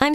I'm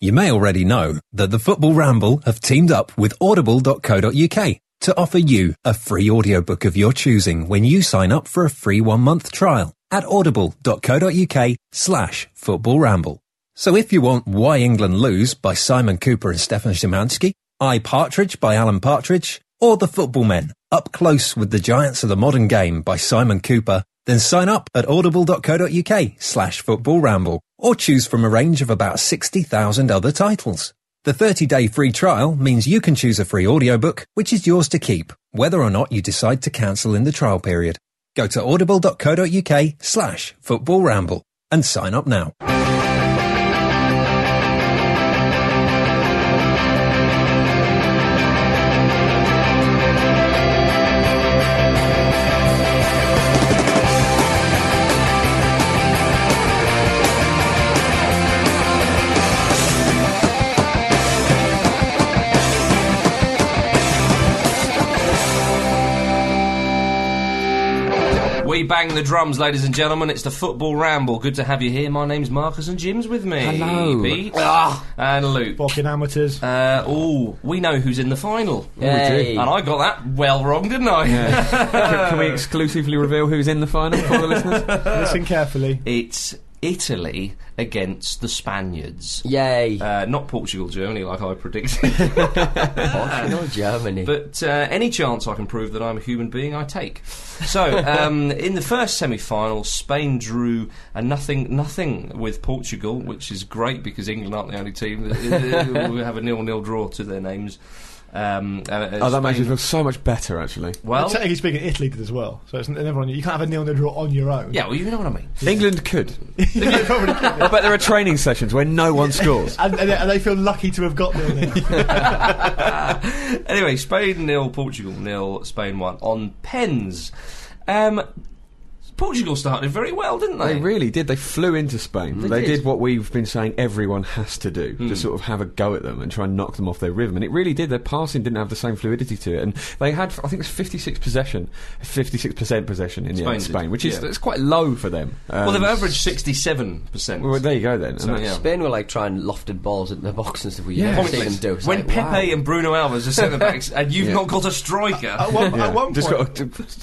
You may already know that the Football Ramble have teamed up with audible.co.uk to offer you a free audiobook of your choosing when you sign up for a free one-month trial at audible.co.uk slash football ramble. So if you want Why England Lose by Simon Cooper and Stefan Szymanski, I Partridge by Alan Partridge, or The Football Men, Up Close with the Giants of the Modern Game by Simon Cooper, then sign up at audible.co.uk slash football ramble, or choose from a range of about 60,000 other titles. The 30-day free trial means you can choose a free audiobook, which is yours to keep, whether or not you decide to cancel in the trial period. Go to audible.co.uk slash football ramble and sign up now. We bang the drums, ladies and gentlemen. It's the Football Ramble. Good to have you here. My name's Marcus and Jim's with me. Hello. Pete. And Luke. Fucking amateurs. Uh, oh, we know who's in the final. Yay. And I got that well wrong, didn't I? can, can we Uh. exclusively reveal who's in the final for the listeners? Listen carefully. it's Italy against the Spaniards. Yay. Uh, not Portugal, Germany, like I predicted. Fucking hell, Germany. But uh, any chance I can prove that I'm a human being, I take. So, um, in the first semi-final, Spain drew a nothing nothing with Portugal, which is great because England aren't the only team that uh, we have a nil-nil draw to their names. Um, uh, uh, Oh, that makes me Spain- feel so much better, actually. well. Technically speaking, Italy did as well. So it's never on you. You can't have a nil-nil draw on your own. Yeah, well, you know what I mean. England could. They probably could. I bet there are training sessions where no one scores. and, and, they, and they feel lucky to have got nil-nil. anyway, Spain nil, Portugal nil, Spain one on pens. Um, Portugal started very well, didn't they? They really did. They flew into Spain. They, did. did. what we've been saying everyone has to do, just sort of have a go at them and try and knock them off their rhythm. And it really did. Their passing didn't have the same fluidity to it. And they had, I think it was 56 possession, 56% possession in the Spain end, did, Spain, which is yeah. it's quite low for them. well, they've Um, averaged sixty-seven percent. Well, there you go then. And So, that's- yeah. Spain were like trying lofted balls at the box and stuff. We Yeah. never seen them Pointless. do. It's when like, Pepe wow. and Bruno Alves are centre backs, and you've Yeah. Uh, not got a striker. at one, Yeah. at one Just point, got a t- t-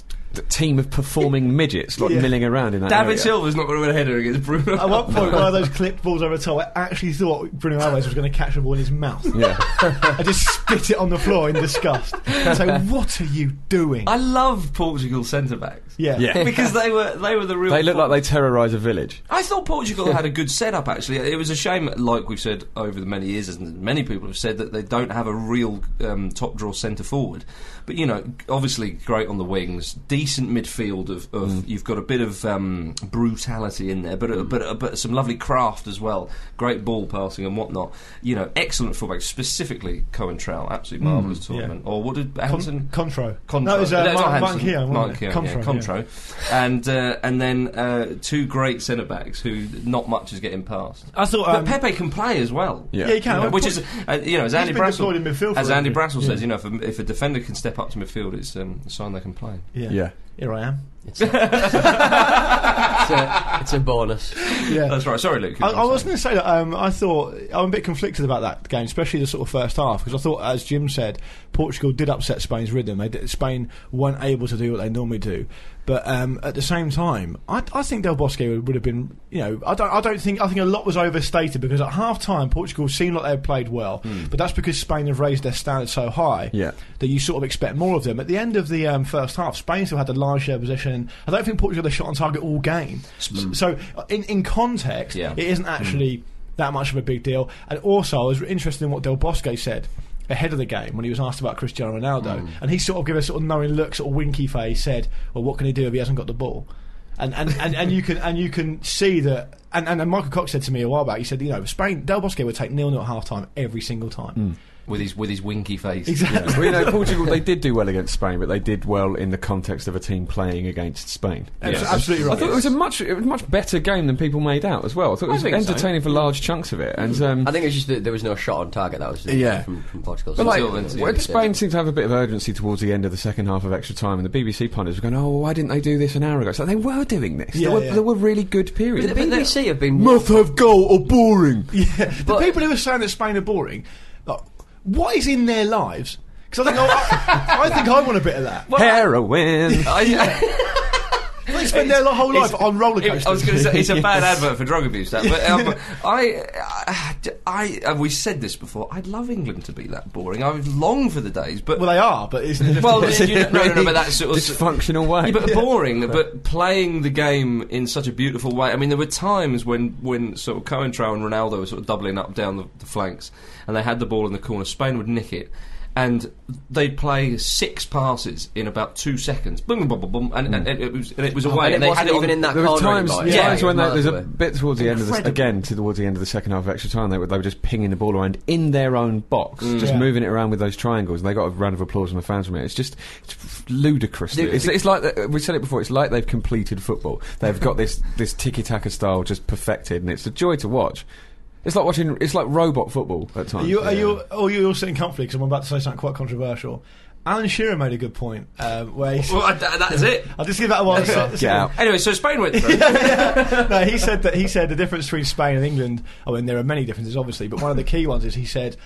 team of performing midgets like Yeah. milling around in that. David area. Silva's not going to win a header against Bruno. Uh, at one point, one of those clipped balls over the top. I actually thought Bruno Alves was going to catch the ball in his mouth. Yeah. I just spit it on the floor in disgust. So what are you doing? I love Portugal centre backs yeah. Yeah. because they were they were the real. They look force. like they terrorise a village. I thought Portugal had a good setup. Actually, it was a shame, like we've said over the many years, and many people have said that they don't have a real um, top draw centre forward. But you know, obviously great on the wings, decent midfield. Of, of Mm. you've got a bit of um, brutality in there, but uh, but but some lovely craft as well. Great ball passing and whatnot. You know, excellent fullback, specifically Cohen Trowell, absolutely marvellous Mm, yeah. tournament. Or what did Con- Hansen? Contro. Contro. No, it was, uh, No, it's not Mark, Mark Hansen. Keown, Mark wasn't it? Keown, yeah, Contro, yeah. Contro. And, uh, and then uh, two great centre backs who not much is getting past. I thought. Um, but Pepe can play as well. Yeah. yeah, you can. You know, Well, which Por- is, uh, you know, as Andy been deployed in Brassel, midfield for as it, Andy hasn't Brassel says, you know, if a, if a defender can step up to midfield, it's um, a sign they can play. yeah. Yeah. Here I am. It's a, it's a bonus. Yeah. That's right. Oh, Sorry, Luke. I, I was going to say that um, I thought I'm a bit conflicted about that game, especially the sort of first half, because I thought, as Jim said, Portugal did upset Spain's rhythm. They did, Spain weren't able to do what they normally do, but um, at the same time, I, I think Del Bosque would, would have been, you know, I don't, I don't think I think a lot was overstated because at half time Portugal seemed like they had played well, but that's because Spain have raised their standard so high Yeah. that you sort of expect more of them. At the end of the um, first half, Spain still had the large share position. I don't think Portugal had a shot on target all game. Mm. So, uh, in, in context, Yeah. it isn't actually that much of a big deal. And also, I was interested in what Del Bosque said ahead of the game when he was asked about Cristiano Mm. Ronaldo, and he sort of gave a sort of knowing look, sort of winky face, said, "Well, what can he do if he hasn't got the ball?" and and, and, and you can and you can see that. And, and, and Michael Cox said to me a while back. He said, you know, Spain Del Bosque would take nil nil at half time every single time. Mm. with his with his winky face. Exactly. well, you know, Portugal, they did do well against Spain, but they did well in the context of a team playing against Spain. That's absolutely right. I thought it was a much, it was a much better game than people made out as well. I thought it was think so. entertaining for large chunks of it. And um, I think it's just that there was no shot on target. That was the- Yeah. from, from Portugal. But So like, it's all- it's all when good. Spain seemed to have a bit of urgency towards the end of the second half of extra time, and the BBC pundits were going, "Oh, why didn't they do this an hour ago?" So they were doing this. Yeah, there, were, yeah. there were really good The periods. BBC have been have goal or boring. Yeah, the But- people who are saying that Spain are boring, like, what is in their lives? Because I think I, I think I want a bit of that. Heroin. They spend their whole life It's- on roller it- coasters. I was going to say it's a bad advert for drug abuse. That, but um, I, I, I, we said this before. I'd love England to be that boring. I would long for the days, but well, they are, but it's Well, you know, no, no, no, but that's sort of dysfunctional way. Yeah, but boring. But playing the game in such a beautiful way. I mean, there were times when when sort of Coentrao and Ronaldo were sort of doubling up down the, the flanks, and they had the ball in the corner. Spain would nick it. And they'd play six passes in about two seconds. Boom, boom, boom, boom, boom, and, and, and it was, and it was away. Oh, and it they had wasn't it on- even in that there were corner times, anymore. yeah, Yeah, times when it they, was there's a miles away. bit towards the end of the, again towards the end of the second half of extra time they were, they were just pinging the ball around in their own box Mm. just Yeah. moving it around with those triangles and they got a round of applause from the fans from it it's just it's f- ludicrous The- it's, the- it's like the- we said it before it's like they've completed football they've got this this tiki-taka style just perfected and it's a joy to watch it's like watching it's like robot football at Are times you, are you, oh, you're all sitting comfortably because I'm about to say something quite controversial. Alan Shearer made a good point um, where he said, Well, I- that- that's it. I'll just give that a while. to Get out. Anyway, so Spain went through. no, he said that he said the difference between Spain and England. I mean, there are many differences, obviously, but one of the key ones is he said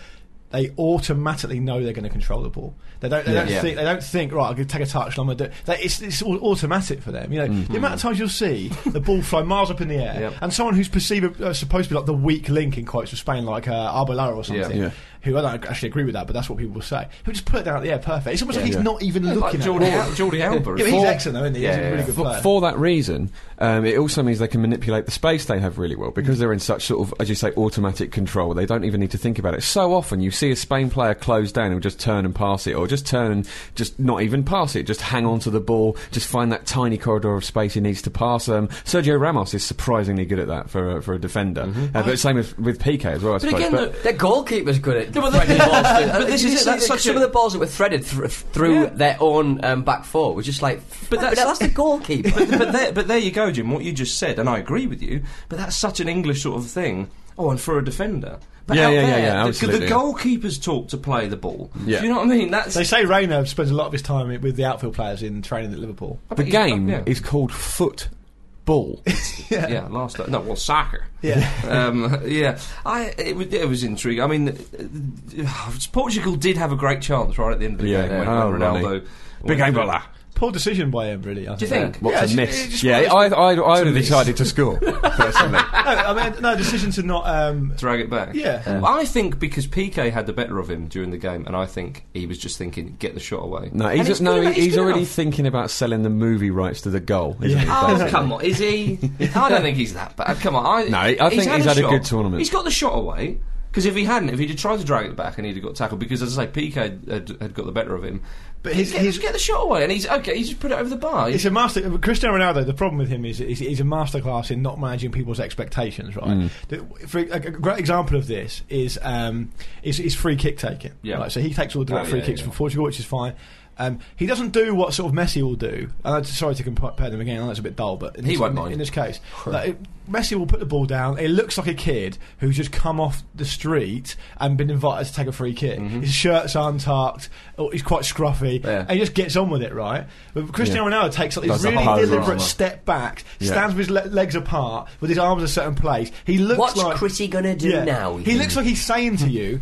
they automatically know they're going to control the ball. They don't. They don't Yeah. think. They don't think. Right, I'm going to take a touch. And I'm going to do. They, it's, it's all automatic for them. You know, the amount of times you'll see the ball fly miles up in the air, Mm-hmm. Yep. and someone who's perceived uh, supposed to be like the weak link in quotes for Spain, like uh, Arbeloa or something. Yeah. Who I don't actually agree with that, but that's what people will say. He'll just put it down at the air, perfect. It's almost like he's Yeah. not even looking like at Jordi, it. Al- Jordi Alba. Yeah, but he's For- excellent, though, isn't he? He's a Yeah, really yeah. good for, player. for that reason, um, it also means they can manipulate the space they have really well because they're in such sort of, as you say, automatic control. They don't even need to think about it. So often you see a Spain player close down and just turn and pass it, or just turn and just not even pass it, just hang on to the ball, just find that tiny corridor of space he needs to pass. Um, Sergio Ramos is surprisingly good at that for a, for a defender, uh, but same with, with Piqué as well. I suppose. again, But- though, Their goalkeeper's good at No, but threading the- balls. through. but this Did is you it, see that's the- such some a- of the balls that were threaded thr- through Yeah. their own um, back four was just like, but that's, that's- the goalkeeper. but, but, there, but there you go, Jim. What you just said, and I agree with you. But that's such an English sort of thing. Oh, and for a defender. But Yeah, out yeah, yeah, there, yeah, the- the, absolutely. goalkeepers talk to play the ball. Yeah. Do you know what I mean? That's They say Rayner spends a lot of his time i- with the outfield players in training at Liverpool. I the bet you- game yeah. is called football. yeah. last no, well, soccer. Yeah. um, yeah. I it was, it was intriguing. I mean, uh, Portugal did have a great chance right at the end of the Yeah. game when, Oh, when Ronnie. Ronaldo. Big went aim through. baller. Poor decision by him, really. I Do you think. think? What it's- a miss! it's- yeah, I, I, I would have decided to score personally. No, I mean, no decision to not. Um, Drag it back. Yeah. Well, I think because PK had the better of him during the game, and I think he was just thinking, get the shot away. No, And he's, it's no, good enough, he's, good already enough. thinking about selling the movie rights to the goal. Isn't he, Oh, basically? come on. Is he? I don't think he's that bad. Come on. I, No, I think he's had a good tournament. He's got the shot away. Because if he hadn't, if he'd had tried to drag it back and he'd have got tackled, because as I say, PK had, had, had got the better of him. But But his- he's, get, his- get the shot away, and he's okay. He's just put it over the bar. it's a master. Cristiano Ronaldo. The problem with him is, is he's a masterclass in not managing people's expectations. Right. Mm. The- for, a, a great example of this is um, is, is free kick taking. Yeah. Right? So he takes all the direct Oh, free yeah, kicks yeah. from Portugal, which is fine. Um, he doesn't do what sort of Messi will do. And I'm sorry to compare them again. I know it's a bit dull, but in He this, won't in- mind. in this case, like, it- Messi will put the ball down. It looks like a kid who's just come off the street and been invited to take a free kick. Mm-hmm. His shirt's untucked. oh, He's quite scruffy. Yeah. And he just gets on with it, right? But Cristiano Ronaldo takes like, Does these the really whole deliberate drama. step backs, Yeah. stands with his le- legs apart, with his arms a certain place. He looks What's like Chrissy gonna do Yeah. now? He looks like he's saying to you.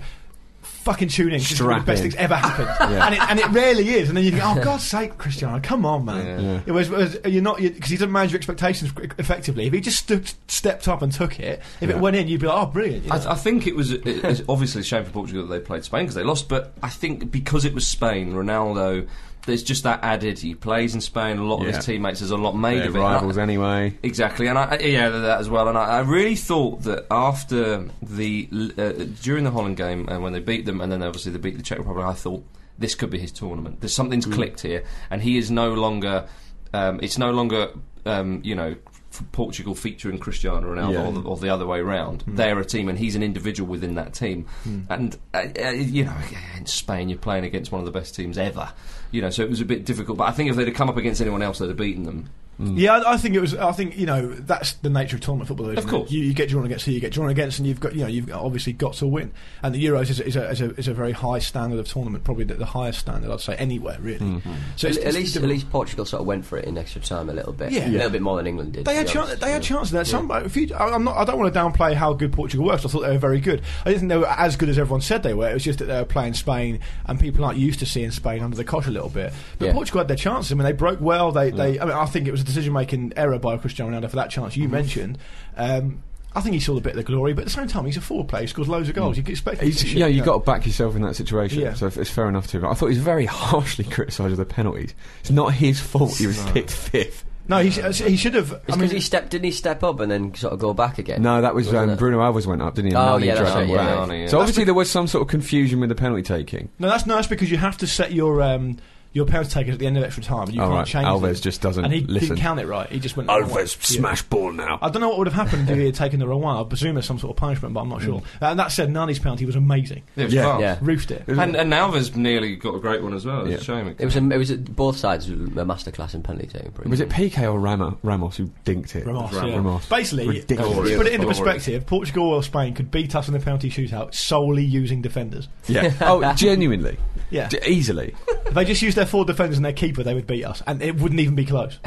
Fucking tune in. 'cause It's one Strap of the best in. things ever happened, Yeah. and, it, and it rarely is. And then you think, "Oh God's sake, Cristiano, come on, man!" Yeah. Yeah. It was, was you're not because he doesn't manage your expectations e, effectively. If he just stood, stepped up and took it, if Yeah. it went in, you'd be like, "Oh, brilliant!" you I, know? I think it was it, it's obviously a shame for Portugal that they played Spain because they lost, but I think because it was Spain, Ronaldo, there's just that added. He plays in Spain. A lot of Yeah. his teammates. There's a lot made They're of it. rivals And I- anyway. Exactly, and I, I- yeah, that as well. And I, I really thought that after the uh, during the Holland game and when they beat them, and then obviously they beat the Czech Republic, I thought Mm. this could be his tournament. There's something's clicked here, and he is no longer. Um, it's no longer um, you know, f- Portugal featuring Cristiano Ronaldo Yeah. or, the, or the other way round. Hmm. They're a team, and he's an individual within that team. And uh, uh, you know, in Spain, you're playing against one of the best teams ever. You know, so it was a bit difficult. But I think if they'd have come up against anyone else, they'd have beaten them. Yeah, I, I think it was. I think you know that's the nature of tournament football. Though, isn't Of course. it? You, you get drawn against who you get drawn against, and you've got you know you've obviously got to win. And the Euros is, a- is, a, is, a, is a very high standard of tournament, probably the, the highest standard I'd say anywhere really. Mm-hmm. So At, it's, at it's least, at difficult. least Portugal sort of went for it in extra time a little bit, Yeah. a little bit more than England did. They to had be chance. honest. They had Yeah. chances. There, some. If you, I- I'm not. I don't want to downplay how good Portugal were. 'cause I thought they were very good. I didn't think they were as good as everyone said they were. It was just that they were playing Spain, and people aren't used to seeing Spain under the cosh a little bit. But Yeah. Mm. Portugal had their chances. I mean, they broke well. They. they I mean, I think it was a decision-making error by Cristiano Ronaldo for that chance Mm. you mentioned. Um, I think he saw the bit of the glory, but at the same time, he's a forward player. He scores loads of Mm. goals. You could expect. him to He's, shoot, yeah, you you know. got to back yourself in that situation. Yeah. So if- it's fair enough to. I thought he was very harshly criticised of the penalties. It's not his fault he was picked fifth. No, he, sh- he should have. I It's mean, because he stepped, didn't he step up and then sort of go back again? No, that was Wasn't um, it? Bruno Alves went up, didn't he? Oh, Nani yeah, that's dragged right, him yeah, back. Nani, yeah. So obviously there was some sort of confusion with the penalty taking. No, that's no, that's because you have to set your um, your penalty takers at the end of extra time, and you Oh, can't right. change. Alves it. just doesn't and he listen. didn't count it right. He just went the wrong way. Yeah. ball now. I don't know what would have happened if he had taken the wrong one. I presume there's some sort of punishment, but I'm not sure. And that said, Nani's penalty was amazing. It was Mm. Yeah. class. Yeah. Roofed it. And, and Alves nearly got a great one as well. It's Yeah. a shame. It was a, it was a, both sides were a masterclass in penalty taking. pretty Was much. it PK or Rama, Ramos who dinked it? Ramos, Ram- yeah. Ramos. Basically, Ridiculous. to put it into Glorious. perspective, Portugal or Spain could beat us in the penalty shootout solely using defenders. Yeah. oh, genuinely. Yeah. D- easily. If they just used their four defenders and their keeper, they would beat us, and it wouldn't even be close.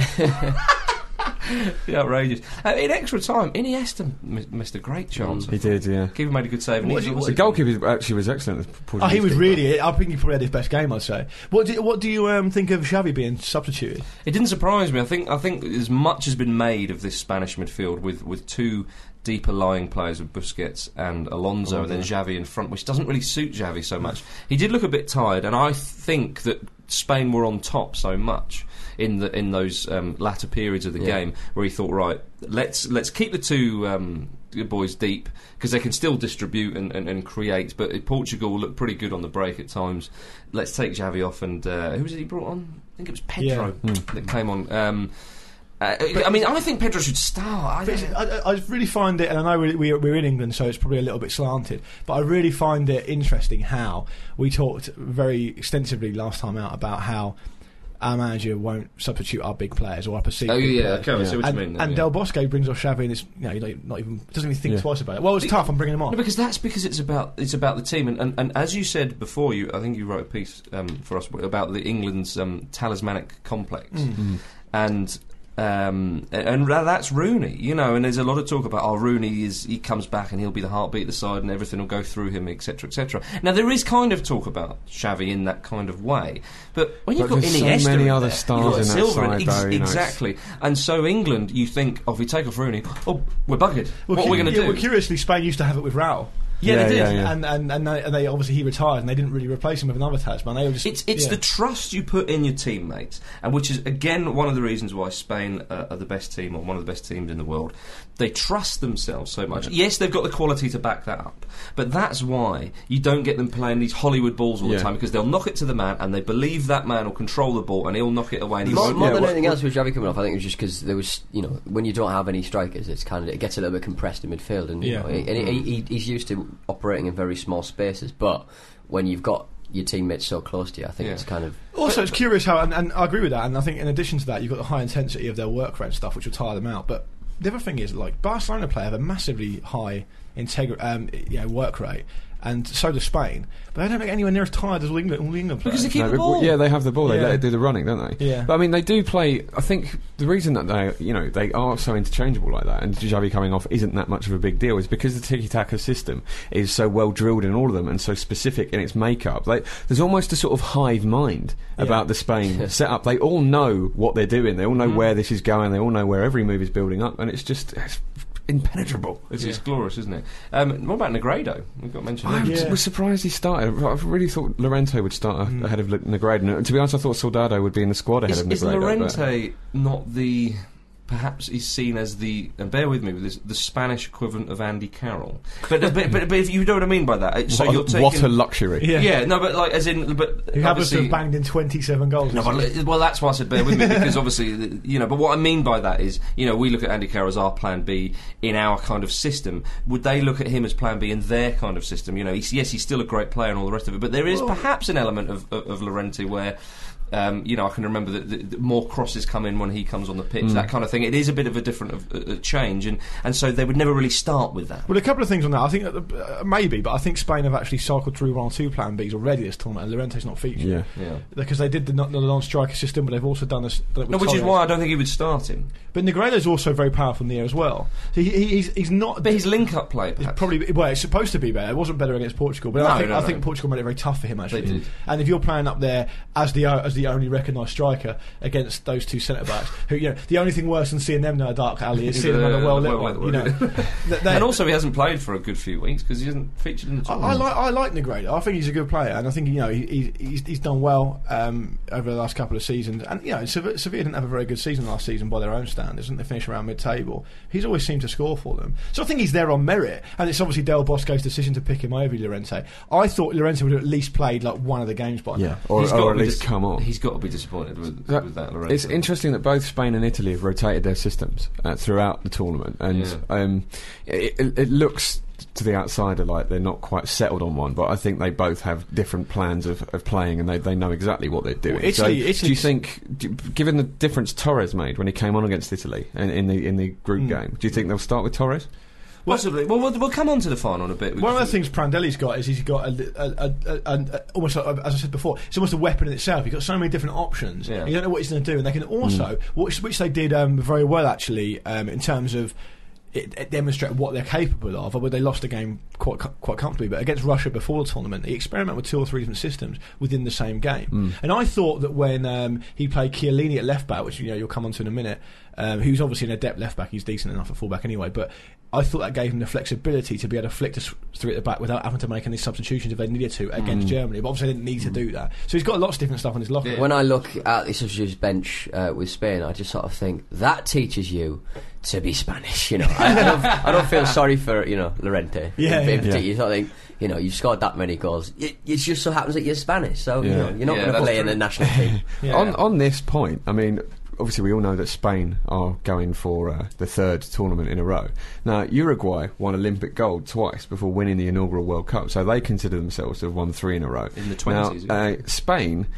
Yeah, outrageous. Uh, in extra time, Iniesta m- missed a great chance. He did, yeah. Keeper made a good save. And Mm. What he's did you- obviously- The goalkeeper actually was excellent. oh, he was really. I think he probably had his best game. I'd say. What do, what do you um, think of Xavi being substituted? It didn't surprise me. I think I think as much has been made of this Spanish midfield with with two deeper lying players with Busquets and Alonso, and then Xavi in front, which doesn't really suit Xavi so much. He did look a bit tired, and I think that Spain were on top so much in the in those um, latter periods of the Yeah. game where he thought, right, let's let's keep the two. Um, Boys deep because they can still distribute and, and, and create, but Portugal looked pretty good on the break at times. Let's take Xavi off, and uh, who was it he brought on? I think it was Pedro Hmm. that came on. Um, uh, I mean, I think Pedro should start. I But don't it's- know. I, I I really find it, and I know we, we, we're in England, so it's probably a little bit slanted, but I really find it interesting how we talked very extensively last time out about how our manager won't substitute our big players or our perceived Oh, big yeah, players. okay, I see what you and, mean then, and yeah. Del Bosque brings off Xavi, and it's you know, he's not, not even doesn't even think twice about it. Well, it's tough. I'm bringing him No, on. because that's because it's about it's about the team, and, and, and as you said before, you I think you wrote a piece um, for us about the England's um, talismanic complex, Mm. and. Um, a- and ra- that's Rooney, you know. And there's a lot of talk about, oh, Rooney is he comes back and he'll be the heartbeat of the side, and everything will go through him, etc., etc. Now there is kind of talk about Xavi in that kind of way, but when you've But got there's so Iniesta, many in other there, stars you've got in that Silva side, ex- though, you know, it's- exactly. And so England, you think, oh, if we take off Rooney, oh, we're buggered. what are we cu- going to yeah, do? Well, curiously, Spain used to have it with Raul. yeah, they did. Yeah, yeah. And, and, and, they, and they obviously he retired and they didn't really replace him with another Tasman. They were just It's it's yeah. the trust you put in your teammates, and which is again one of the reasons why Spain uh, are the best team or one of the best teams in the world. They trust themselves so much. Yes, they've got the quality to back that up, but that's why you don't get them playing these Hollywood balls all Yeah. the time because they'll knock it to the man and they believe that man will control the ball and he'll knock it away. And he More, won't more know than what- anything else with Xavi coming off, I think it was just because there was, you know, when you don't have any strikers, it's kind of it gets a little bit compressed in midfield, and you Yeah. know, he- and he, he, he's used to operating in very small spaces. But when you've got your teammates so close to you, I think Yeah. it's kind of Also, it's curious how, and, and I agree with that. And I think in addition to that, you've got the high intensity of their work rate stuff, which will tire them out. But the other thing is, like Barcelona play have a massively high integri- um, you know, work rate, and so does Spain. But they don't make anywhere near as tired as all England. All England Because players. they keep No, the but w- ball. Yeah, they have the ball. They Yeah. let it do the running, don't they? Yeah. But I mean, they do play. I think the reason that they, you know, they are so interchangeable like that, and Xavi coming off isn't that much of a big deal, is because the tiki taka system is so well drilled in all of them and so specific in its makeup. Like, there's almost a sort of hive mind about the Spain setup. They all know what they're doing. They all Mm. know where this is going. They all know where every move is building up, and it's just it's impenetrable. It's, it's glorious, isn't it? Um, what about Negredo? We've got mentioned. I him. Yeah. was surprised he started. I really thought Lorente would start a- ahead of Le- uh, oh, Negredo. And to be honest, I thought Soldado would be in the squad ahead Is, of Negredo. is but- Lorente not the perhaps is seen as the and bear with me with this the Spanish equivalent of Andy Carroll. But but, but, but if you know what I mean by that, uh, so what, you're a, taking what a luxury. Yeah. yeah. no, but like as in but Who happens to obviously- have banged in 27 goals. no, but, well, that's why I said bear with me because obviously, th- you know. But what I mean by that is, you know, we look at Andy Carroll as our Plan B in our kind of system. Would they look at him as Plan B in their kind of system? You know, he's, yes, he's still a great player and all the rest of it, but there is perhaps an element of of, of Llorente where. Um, you know, I can remember that, that, that more crosses come in when he comes on the pitch, Mm. that kind of thing. It is a bit of a different of, uh, uh, change, and, and so they would never really start with that. Well, a couple of things on that. I think uh, maybe, but I think Spain have actually cycled through one or two Plan Bs already this tournament, and Llorente's not featured. Yeah. Yeah. Because they did the, non- the non-striker system, but they've also done this. done it with No, which is Torres. why I don't think he would start him. But Negredo's also very powerful in the air as well. So he, he, he's he's not. But his link-up play, It's perhaps. probably well. It's supposed to be better. It wasn't better against Portugal, but I No, think no, I no. think Portugal made it very tough for him actually. They did. And if you're playing up there as the o- as the only recognised striker against those two centre backs, who you know the only thing worse than seeing them in a dark alley is seeing them in Yeah, a well lit well one. lit You know, one. They- they- and also, he hasn't played for a good few weeks because he isn't featured in the I, tournament. I like I like Negredo. I think he's a good player, and I think you know he, he, he's, he's done well um, over the last couple of seasons. And you know Sev- Sevilla didn't have a very good season last season by their own standards, and they finished around mid-table. He's always seemed to score for them, so I think he's there on merit. And it's obviously Del Bosco's decision to pick him over Llorente. I thought Llorente would have at least played like one of the games by now. Or, gotta or at be least dis- come on. He's got to be disappointed with That- that, with that Lorenzo. It's interesting that both Spain and Italy have rotated their systems uh, throughout the tournament, and Yeah. um, it, it it looks to the outsider like they're not quite settled on one. But I think they both have different plans of, of playing, and they, they know exactly what they're doing. Well, Italy- so do you Italy's- think, do, you- given the difference Torres made when he came on against Italy in, in the in the Hmm. group game, do you think they'll start with Torres? Possibly. Well, we'll, we'll come on to the final in a bit. One of the things Prandelli's got is he's got a, a, a, a, a, almost like, as I said before, it's almost a weapon in itself. You've got so many different options. Yeah. You don't know what he's going to do, and they can also, Hmm. which, which they did um, very well actually, um, in terms of. It, it demonstrate what they're capable of. But they lost the game quite co- quite comfortably, but against Russia before the tournament, he experimented with two or three different systems within the same game. Hmm. And I thought that when um, he played Chiellini at left back, which you know you'll come on to in a minute, um, who's obviously an adept left back, he's decent enough at full back anyway. But I thought that gave him the flexibility to be able to flick to s- through at the back without having to make any substitutions if they needed to Hmm. against Germany. But obviously, they didn't need to do that. So he's got lots of different stuff on his locker. When I look at the substitutes bench uh, with Spain, I just sort of think that teaches you to be Spanish. You know, I, I, don't, I don't feel sorry for you know Lorente. Yeah, in, in yeah. particular. You sort of think you know you've scored that many goals. It, it just so happens that you're Spanish, so you Yeah. know you're not Yeah, going to that's play in true. the national team. Yeah. On on this point, I mean, obviously we all know that Spain are going for uh, the third tournament in a row. Now Uruguay won Olympic gold twice before winning the inaugural World Cup, so they consider themselves to have won three in a row. In the 20s, now, uh, Spain.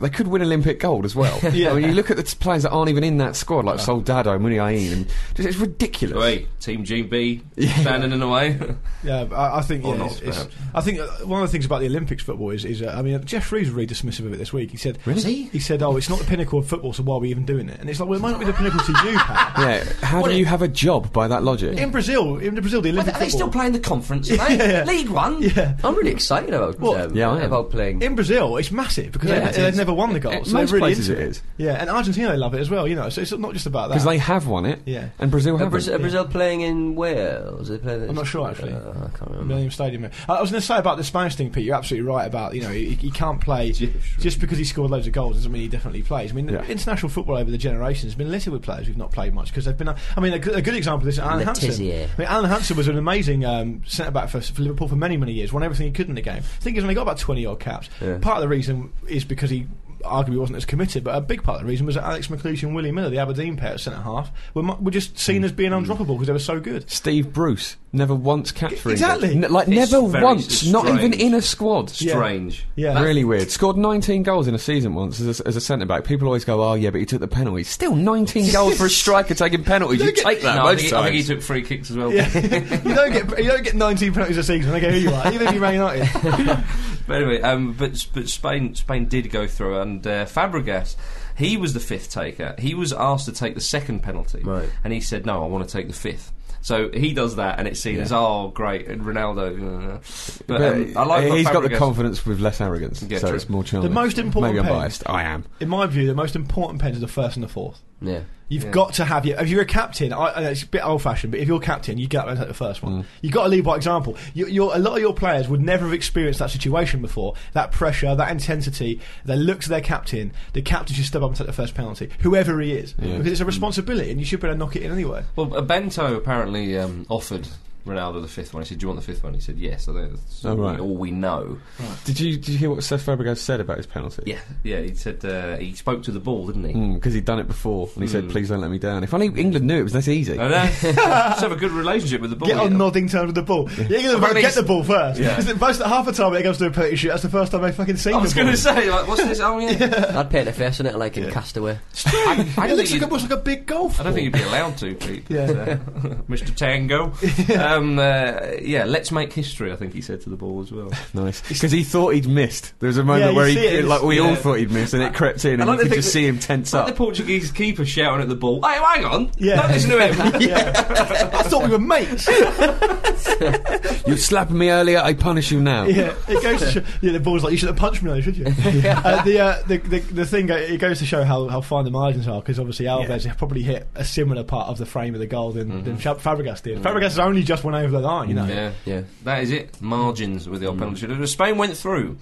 They could win Olympic gold as well. Yeah. I mean, you look at the t- players that aren't even in that squad, like Soldado, Muniain, and just, it's ridiculous. Hey, Team GB standing in the way. Yeah, but I, I think. Or yeah, not, it's- it's- perhaps. I think uh, one of the things about the Olympics football is, is uh, I mean, Jeff Rees was really dismissive of it this week. He said, Really? He said, "Oh, it's not the pinnacle of football, so why are we even doing it?" And it's like, well, it might not be the pinnacle to you, pal. Yeah, how do you have a job by that logic? In Brazil, in Brazil, the Are Olympic they still football. playing the conference, mate? League One? Yeah. I'm really excited about um, Yeah, I am. about playing. In Brazil, it's massive because Yeah, they, it they've is. never won the Most gold. So they're really places into it is Yeah, and Argentina they love it as well. You know, so it's not just about that. because they have won it, Yeah. and Brazil Are haven't. Brazil, are Brazil playing in Wales? Are they playing I'm not sure, actually. Uh, I can't remember. Millennium Stadium. I I was going to say about the Spanish thing, Pete. You're absolutely right about you know he, he can't play just because he scored loads of goals doesn't mean he definitely plays. I mean, Yeah. international football over the generations has been littered with players who've not played much because they've been. I mean, a good, a good example of this is Alan Hansen. Letizia. I mean, Alan Hansen was an amazing um, centre back for, for Liverpool for many many years. Won everything he could in the game. I think he's only got about 20 odd caps. Part of the reason is because he. Arguably wasn't as committed, but a big part of the reason was that Alex McLeish and Willie Miller, the Aberdeen pair at centre half, were, mu- were just Mm. seen as being undroppable because they were so good. Steve Bruce never once capped for Exactly. England. N- like It's never very once, strange. not even in a squad. Strange. Yeah, Really weird. Scored 19 goals in a season once as a, as a centre back. People always go, "Oh yeah, but he took the penalty." Still 19 goals for a striker taking penalties. You take that No, I, most think, I think he times. took free kicks as well. Yeah. you don't get you don't get 19 penalties a season. I don't care who you are, even if you're Man United. But anyway, um, but but Spain Spain did go through, and uh, Fabregas, he was the fifth taker. He was asked to take the second penalty, Right. and he said, "No, I want to take the fifth. So he does that, and it's seen as oh great, and Ronaldo. uh, but But um, I like he- what he's got the Fabregas- confidence with less arrogance, Yeah, so true. it's more challenging. The most important Maybe I'm pen- biased. I am. In my view, the most important pens are the first and the fourth. Yeah. You've Yeah. got to have your. If you're a captain, I, I know it's a bit old fashioned, but if you're captain, you get up and take the first Mm. one. You've got to lead by example. You, you're, a lot of your players would never have experienced that situation before. That pressure, that intensity. They look to their captain. The captain should step up and take the first penalty, whoever he is, because it's a responsibility, and you should better knock it in anyway. Well, uh, Bento apparently um, offered Ronaldo the fifth one. He said, "Do you want the fifth one?" He said, "Yes." I think that's Oh, all we- right. all we know. Did you did you hear what Seth Fabregas said about his penalty? Yeah, yeah. He said uh, he spoke to the ball, didn't Mm. he? Because he'd done it before, and he said, "Please don't let me down." If only England knew it was that easy. I know. Just have a good relationship with the ball. Get on Yeah. nodding terms with the ball. You're going to Apparently get the it's- ball first. Yeah. Because Most half the time when it comes to a penalty shoot, that's the first time they've fucking seen I was the ball. going to say, like, what's this? Oh yeah. I'd paint a face on it like in Castaway. I, I it don't looks think like you'd- almost like a big golf. I don't ball. think you'd be allowed to, Pete. but, Yeah. uh, Mr. Tango. Um, uh, yeah, let's make history. I think he said to the ball as well. Nice, because he thought he'd missed. There was a moment you where see he, it, like, we yeah. all thought he'd missed, and it crept in, I and like you to could think just that- see him tense Like up. the Portuguese keeper shouting at the ball. Hey, hang on! Yeah. Don't listen to him. Yeah. I thought we were mates. You slapped me earlier. I punish you now. Yeah, it goes to show, yeah. The ball's like you should have punched me, earlier, should you? uh, the, uh, the the the thing uh, it goes to show how, how fine the margins are because obviously Alves probably hit a similar part of the frame of the goal than, than Fab- Fabregas did. Fabregas has only just went over the line, you know. Yeah, Oh, Yeah. Mm. That is it. Margins with the odd penalty shootout. Spain went through,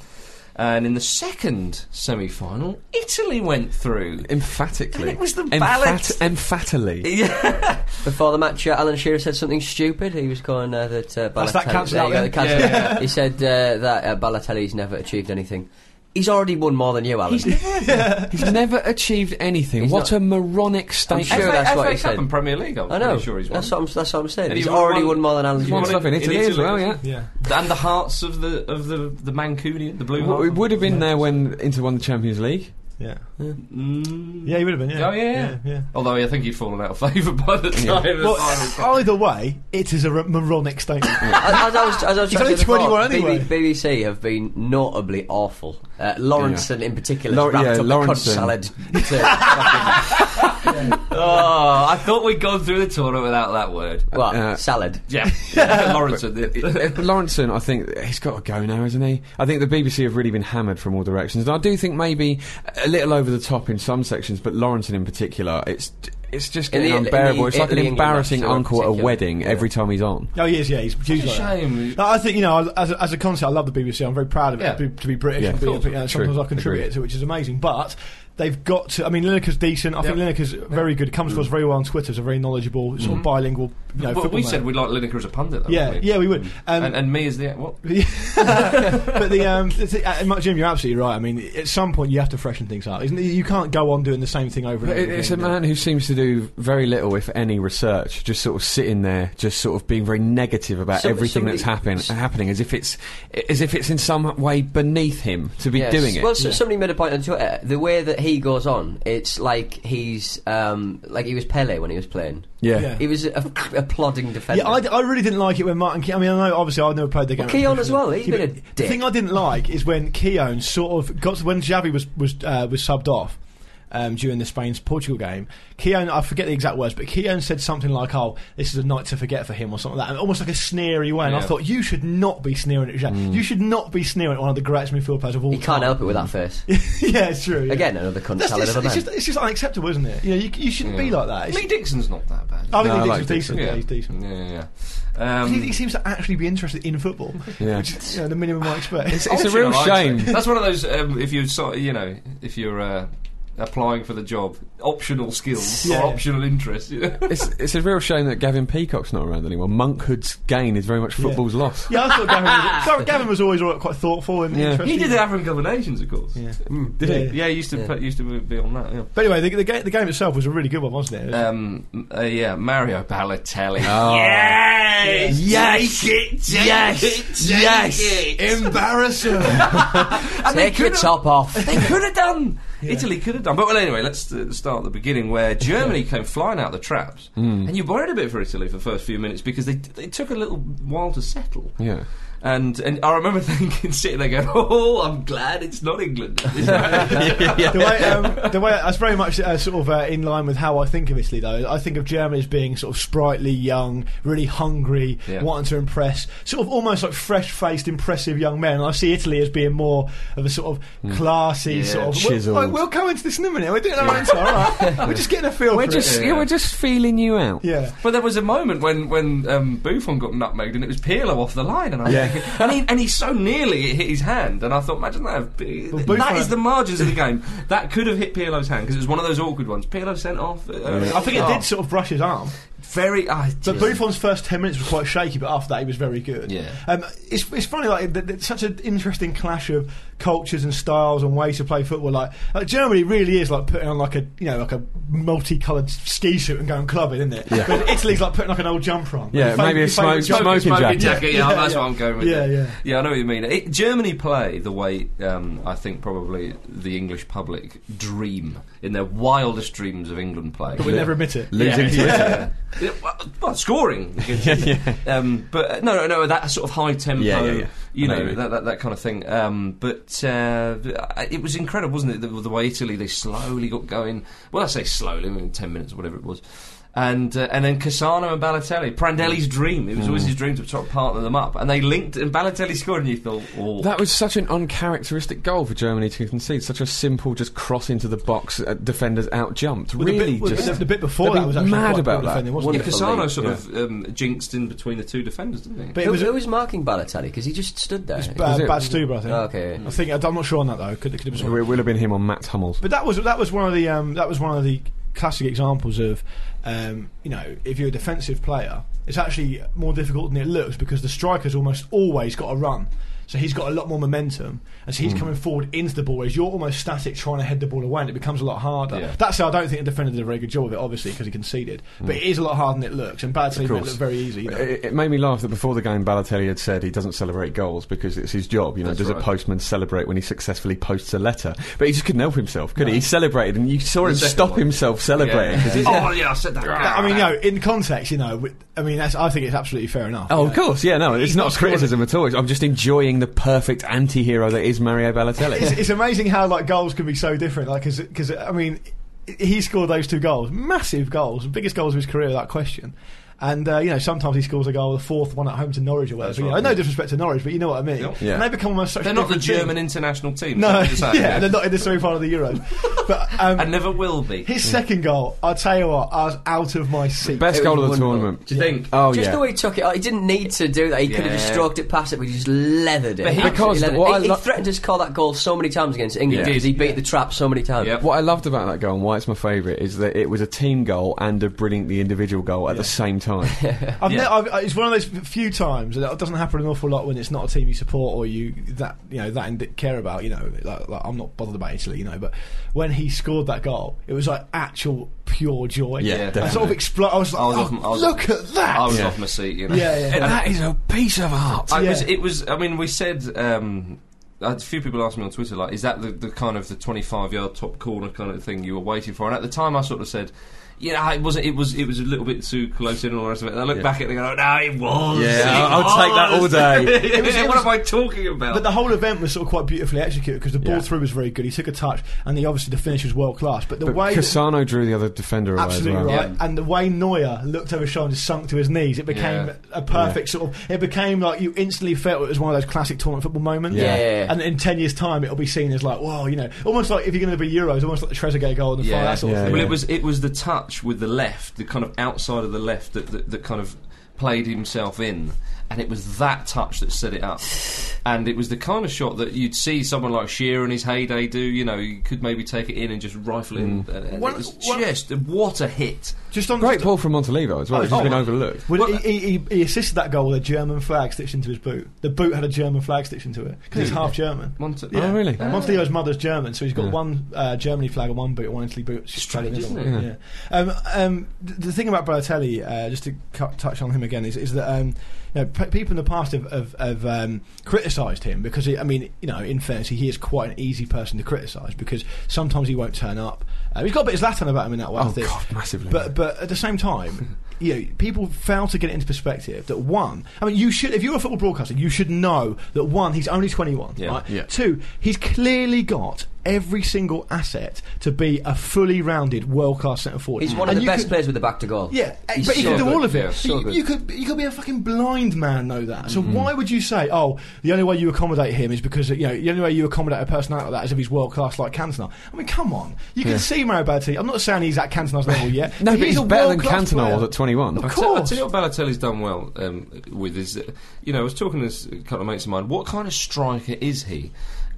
and in the second semi-final, Italy went through. Emphatically. And it was the ballot. emphatically. Yeah, Before the match, uh, Alan Shearer said something stupid. He was calling uh, that uh, Balotelli. That's that cancelled there you out go, then. the cancel- Yeah, yeah. He said uh, that uh, Balotelli's never achieved anything. He's already won more than you, Alan. He's never achieved anything. He's what not- a moronic I'm sure statement. that's FA what FA he Cup said. and Premier League. I'm I know. pretty sure he's won. that's, what I'm, that's what I'm saying. And he He's won already one- won more than Alan's he's won won. Stuff in in Italy, as Italy, well, yeah. isn't Yeah. and the hearts of the of the the Mancunian, the blue Well, hearts. it would have been there when Inter won the Champions League. yeah, Mm. yeah. He would have been. Yeah. Oh yeah, yeah. yeah. yeah. Although I think he'd fallen out of favour by the time. the Well, final- either way, it is a r- moronic statement. as, as I was, as I was He's trying only to say before, 21 anyway. BB BBC have been notably awful. Uh, Lawrenson in particular, Law- has wrapped yeah, up the cunt Lawrenson. salad. To oh, I thought we'd gone through the tournament without that word. what Uh, salad? Yeah, yeah. Lawrence. Uh, but Lawrenson, I think he's got to go now, isn't he? I think the BBC have really been hammered from all directions, and I do think maybe a little over the top in some sections, but Lawrenson in particular, it's it's just In getting the- in the unbearable. it's like an Italy, England embarrassing match, so uh, in uncle at a particular. wedding every time he's on. Oh, he is. Yeah, he's huge. a like that. shame. No, I think you know, as, as a concept, I love the BBC. I'm very proud of it Yeah. to, be, to be British. Yeah, and be, of course. you know, sometimes True. I contribute Agree. to, it, which is amazing. But they've got to. I mean, Lineker's decent. I Yeah. think Lineker's very good. Comes across very well on Twitter. Is a very knowledgeable, sort of bilingual. You know, Mm-hmm. But football we man. said we'd like Lineker as a pundit. though, Yeah, wouldn't we? yeah, we would. Um, and, and me as the what? but the, um, the thi- uh, Mark, Jim, you're absolutely right. I mean, at some point you have to freshen things up, isn't it? You can't go on doing the same thing over and But over it- again. it's a man who seems to do very little, if any, research. Just sort of sitting there, just sort of being very negative about Some- everything that's somebody- happen, happening, as if it's as if it's in some way beneath him to be Yes. doing it. Well, so, somebody made a point on Twitter. The way that he goes on, it's like he's um, like he was Pele when he was playing. yeah. Yeah. He was a, a plodding defender. Yeah, I, d- I really didn't like it when Martin. Ke- I mean, I know obviously I've never played the game. Well, Keown as well, he's Yeah, been a but The dick. thing I didn't like is when Keown sort of got to, when Xavi was was uh, was subbed off. Um, during the Spain's Portugal game, Keown, I forget the exact words, but Keown said something like, "Oh, this is a night to forget for him," or something like that, and almost like a sneery way. And I Yeah. thought, you should not be sneering at Xavi. You should not be sneering at one of the greatest midfield players of all Mm. he can't time. help it with that face. yeah, it's true. yeah. Again, another cunt That's- salad it's, of a it's man. just, it's just unacceptable, isn't it? You know, you, you shouldn't be like that. It's- Lee Dixon's not that bad. I think No, he I thinks like he's Dixon. decent. Yeah, he's decent. Yeah, yeah, yeah. Um, He, he seems to actually be interested in football, Yeah. which is you know, the minimum I expect. It's, it's a optional, real I'd say. shame. That's one of those. Um, if you sort, you know, if you're uh, applying for the job, optional skills Yeah. or optional interests. You know? It's, it's a real shame that Gavin Peacock's not around anymore. Monkhood's gain is very much football's loss. yeah, I thought Gavin was, sorry, Gavin was always all right, quite thoughtful and Yeah. interesting. he did the African combinations, of course. Yeah. Did Yeah. he? Yeah, he used to put- used to be on that. Yeah. But anyway, the, the, game, the game itself was a really good one, wasn't it? Um, m- uh, yeah, Mario Balotelli. Yes! Yes! Yes! Yes! Embarrassing. And Take your could've- top off. They could have done. Italy could have done. But well, anyway, let's uh, start at the beginning where Germany came flying out the traps, and you worried a bit for Italy for the first few minutes because they they took a little while to settle. Yeah. And and I remember thinking, sitting there going, "Oh, I'm glad it's not England." the way, um, the way that's very much uh, sort of uh, in line with how I think of Italy, though. I think of Germany as being sort of sprightly, young, really hungry, Yeah. wanting to impress, sort of almost like fresh-faced, impressive young men. And I see Italy as being more of a sort of classy, Yeah, sort of. chiseled. We'll, we'll come into this in a minute. We're doing our answer, all right? We're just getting a feel We're for just, it. yeah, we're just feeling you out. Yeah. But there was a moment when when um, Buffon got nutmegged and it was Pirlo off the line, and I Yeah. think, and he and he so nearly it hit his hand, and I thought, imagine that. If, Well, that Buffon- is the margins of the game that could have hit Pirlo's hand because it was one of those awkward ones. Pirlo sent off. Uh, I think it oh, did sort of brush his arm. very. ah, But just- Buffon's first ten minutes was quite shaky, but after that he was very good. Yeah. um, it's it's funny like th- th- such an interesting clash of cultures and styles and ways to play football. Like, like Germany really is like putting on like a you know like a multicoloured ski suit and going clubbing, isn't it? Yeah. But Italy's like putting like an old jumper on. Yeah, Your fa- maybe a your favourite smoke- jumper. smoking jacket. Yeah, Yeah, that's yeah. what I'm going with. Yeah, it. yeah. I know what you mean. It, Germany play the way um, I think probably the English public dream in their wildest dreams of England playing. But we never admit it. Losing to yeah. Yeah, well, well, scoring. Um, but uh, no, no, no, that sort of high tempo, Yeah, yeah, yeah. you I know know, what you mean. that, that, that kind of thing. Um, but uh, I- it was incredible, wasn't it? The, the way Italy, they slowly got going. Well, I say slowly, I mean, 10 minutes or whatever it was. And uh, and then Cassano and Balotelli, Prandelli's dream. It was always his dream to sort of partner them up. And they linked, and Balotelli scored, and you thought, oh. That was such an uncharacteristic goal for Germany to concede. Such a simple, just cross into the box, uh, defenders out jumped. Well, the bit- Really, well, the, just the bit before they'd that be was actually mad quite about good that. defending, wasn't yeah, it? Cassano sort yeah. of um, jinxed in between the two defenders, didn't he? But it Who, was, who was marking Balotelli? Because he just stood there. bad, it- bad Stuber, I think. Oh, okay. I think I'm not sure on that though. Could, could have been It will have been him on Matt Hummels. But that was that was one of the um, that was one of the classic examples of um, you know if you're a defensive player, it's actually more difficult than it looks because the striker's almost always got a run. So he's got a lot more momentum, and so he's Hmm. coming forward into the ball. Whereas you're almost static trying to head the ball away, and it becomes a lot harder. Yeah. That's how I don't think the defender did a very good job of it, obviously because he conceded. But it is a lot harder than it looks, and bad teams make it Hmm. course. look very easy. you know. It, it made me laugh that before the game, Balotelli had said he doesn't celebrate goals because it's his job. You know, That's does right. a postman celebrate when he successfully posts a letter? But he just couldn't help himself, could he? He celebrated, and you saw him second stop one. himself yeah. celebrating. 'cause he's- Oh, yeah, I said that. I mean, you know, in context, you know, with- I mean, that's, I think it's absolutely fair enough. Oh, of course, yeah, no, it's He's not not a criticism at all. It's- I'm just enjoying the perfect anti-hero that is Mario it's, Balotelli. it's amazing how like goals can be so different. Like, because I mean, he scored those two goals, massive goals, the biggest goals of his career. That question. And uh, you know, sometimes he scores a goal, the fourth one at home to Norwich or whatever. You know, right, no yeah. disrespect to Norwich, but you know what I mean. Yep. Yeah. And they become almost such They're not the different teams. German international team. No, is that what you're yeah, saying? they're not in the semi final of the Euros. but um, and never will be. his second goal, I'll tell you what, I was out of my seat. Best It goal was of the wonderful. tournament. Do you think? Oh just yeah. the way he took it, out, he didn't need to do that. He could have just Yeah. stroked it past it, but he just leathered it. But he- Absolutely Because leathered it. what I he, he lo- threatened to score that goal so many times against England Yeah. because he beat the trap so many times. Yep. What I loved about that goal and why it's my favourite is that it was a team goal and a brilliantly individual goal at the same time. I've Yeah. ne- I've, I- it's one of those few times, and it doesn't happen an awful lot when it's not a team you support or you that you know that and care about. You know, like, like, I'm not bothered about Italy, you know, but when he scored that goal, it was like actual pure joy. Yeah, I sort of definitely. exploded. I was like, I was "Oh, off m- I was look off- at that! I was Yeah. off my seat, you know. Yeah, yeah. And I- is a piece of art. I was, Yeah. it was. I mean, we said. Um, I had a few people asked me on Twitter, like, is that the, the kind of the twenty-five yard top corner kind of thing you were waiting for? And at the time, I sort of said, yeah, it wasn't. It was. It was a little bit too close in and all the rest of it. And I look back at it and go, no, it was. Yeah, it I'll- I'll take that all was." day. It was- it what was- am I talking about? But the whole event was sort of quite beautifully executed because the ball Yeah. through was very good. He took a touch, and the, obviously the finish was world class. But the But way that- Cassano drew the other defender away as Absolutely well. right. And the way Neuer looked over his shoulder and sunk to his knees, it became Yeah. a perfect sort of. It became like you instantly felt it was one of those classic tournament football moments. Yeah. Yeah. And in 10 years' time, it'll be seen as like, wow, you know, almost like if you're going to be Euros, almost like the Trezeguet goal and the yeah. fire, that sort Yeah, of thing. Well, yeah. it was it was the touch with the left, the kind of outside of the left that, that, that kind of played himself in, and it was that touch that set it up. And it was the kind of shot that you'd see someone like Shearer in his heyday do. You know, you could maybe take it in and just rifle it. in. And, and One- it was one- just what a hit! Just on Great just- ball from Montalivo as well, which has oh, been well- overlooked. Well, he, he, uh, he assisted that goal with a German flag stitched into his boot. The boot had a German flag stitched into it because he's half German. Monta- Oh, really? Ah. Monteo's mother's German, so he's got one uh, Germany flag on one boot, and one Italy boot. She's Strange, trading isn't it? Yeah. Um, um, th- the thing about Balotelli, uh, just to cu- touch on him again, is, is that um, you know, p- pe- people in the past have, have, have um, criticised him because he, I mean, you know, in fairness, he is quite an easy person to criticise because sometimes he won't turn up. Uh, he's got a bit of Zlatan about him in that way. I Oh, think. God, massively. But but at the same time, you know, people fail to get it into perspective that one. I mean, you should if you're a football broadcaster, you should know that one, he's only 21. Yeah. Right. Yeah. Two, he's clearly got every single asset to be a fully rounded world class centre forward. He's one of And the you best could- players with the back to goal. yeah, eh, He's but you so can do good. all of it. Yeah, So so you- good. you, could you could be a fucking blind man know that. So why would you say, oh, the only way you accommodate him is because you know the only way you accommodate a personality like that is if he's world class like Cantona. I mean, come on, you can see Mario Balotelli. I'm not saying he's at Cantona's level yet. No, but he's a better than world-class Cantona player. was at 21. Of I tell- I course. tell you what Balotelli's done well um, with is, that, you know, I was talking to s- a couple of mates of mine. What kind of striker is he?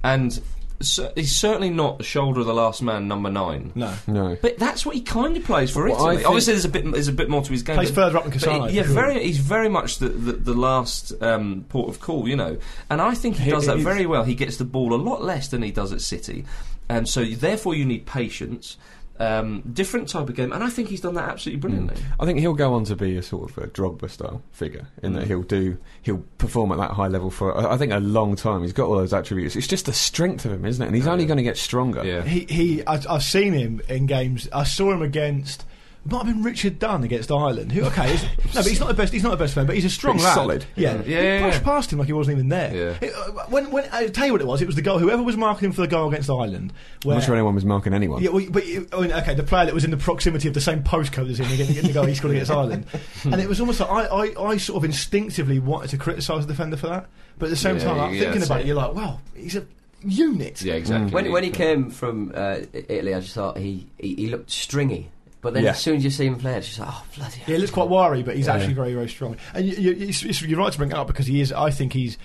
And cer- he's certainly not shoulder of the last man, number nine. No. No. But that's what he kind of plays for Well, I Italy. think- Obviously, there's a bit there's a bit more to his game. Plays but- further up than but Cassano, he- Yeah, for sure. very. He's very much the the, the last um, port of call, you know. And I think he does that he's- very well. He gets the ball a lot less than he does at City, and so you- therefore you need patience. Um, different type of game, and I think he's done that absolutely brilliantly. I think he'll go on to be a sort of a Drogba style figure in Mm. that he'll do he'll perform at that high level for I I think a long time. He's got all those attributes. It's just the strength of him, isn't it? And he's only going to get stronger. He, he I, I've seen him in games. I saw him against. It might have been Richard Dunn against Ireland. Who? Okay, is, no, but he's not the best. He's not the best man, but he's a strong He's lad. solid. Yeah, Yeah, yeah, He brushed yeah. past him like he wasn't even there. Yeah. It- uh, when, when I tell you what it was, it was the goal. Whoever was marking him for the goal against Ireland. I'm Where, not sure anyone was marking anyone. yeah, well, but you- I mean, okay, the player that was in the proximity of the same postcode as him again, the goal he scored against Ireland, and it was almost like I, I, I sort of instinctively wanted to criticise the defender for that, but at the same Yeah, time, like, yeah, thinking that's about it. it, you're like, wow, he's a unit. exactly. When, when he came from uh, I- Italy, I just thought he, he, he looked stringy. But then Yeah. as soon as you see him play, it's just like, oh, bloody hell. Yeah, he looks quite wiry, but he's actually very, very strong. And you, you, it's, it's, you're right to bring it up because he is. I think he's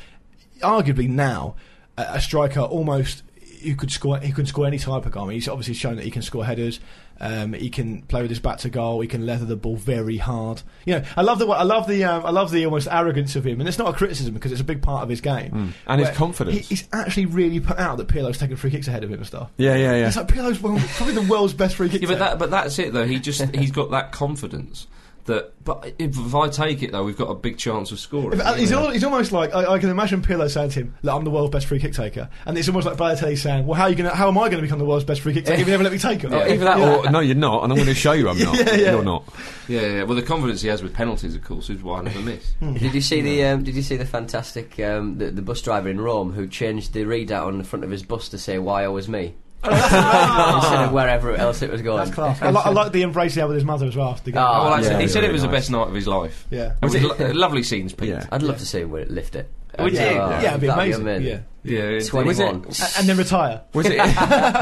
arguably now a, a striker almost. Who could score? He can score any type of goal. I mean, he's obviously shown that he can score headers. Um, he can play with his back to goal. He can leather the ball very hard. You know, I love the way- I love the um, I love the almost arrogance of him, and it's not a criticism because it's a big part of his game And his Where confidence. he- he's actually really put out that Pirlo's taking free kicks ahead of him and stuff. yeah, yeah, yeah. It's like Pirlo's one, probably the world's best free kick. Yeah, but that, but that's it though. He just he's got that confidence that. But if, if I take it though, we've got a big chance of scoring. But uh, He's, al- he's almost like I, I can imagine Pirlo saying to him, "Look, I'm the world's best free kick taker," and it's almost like Balotelli saying, "Well, how are you going? to How am I going to become the world's best free kick taker if you never let me take it?" Oh, Either that or no, you're not, and I'm going to show you I'm not. Yeah, yeah. You're not. yeah, yeah. Well, the confidence he has with penalties, of course, is why I never miss. Did you see the um, Did you see the fantastic um, the, the bus driver in Rome who changed the readout on the front of his bus to say "Why always me" instead of wherever else it was going? Oh, That's class. I, li- I like the embrace he had with his mother as well. After the game. Oh, Oh, well, that's yeah, it. he yeah, said it really was the nice. best night of his life. Yeah. It was lo- lovely scenes, Pete. Yeah. I'd love to see him wi- lift it. Would Uh, you? yeah, yeah, it'd be that'd amazing. Yeah. Yeah, it- Was it- 21. A- and then retire. Was it?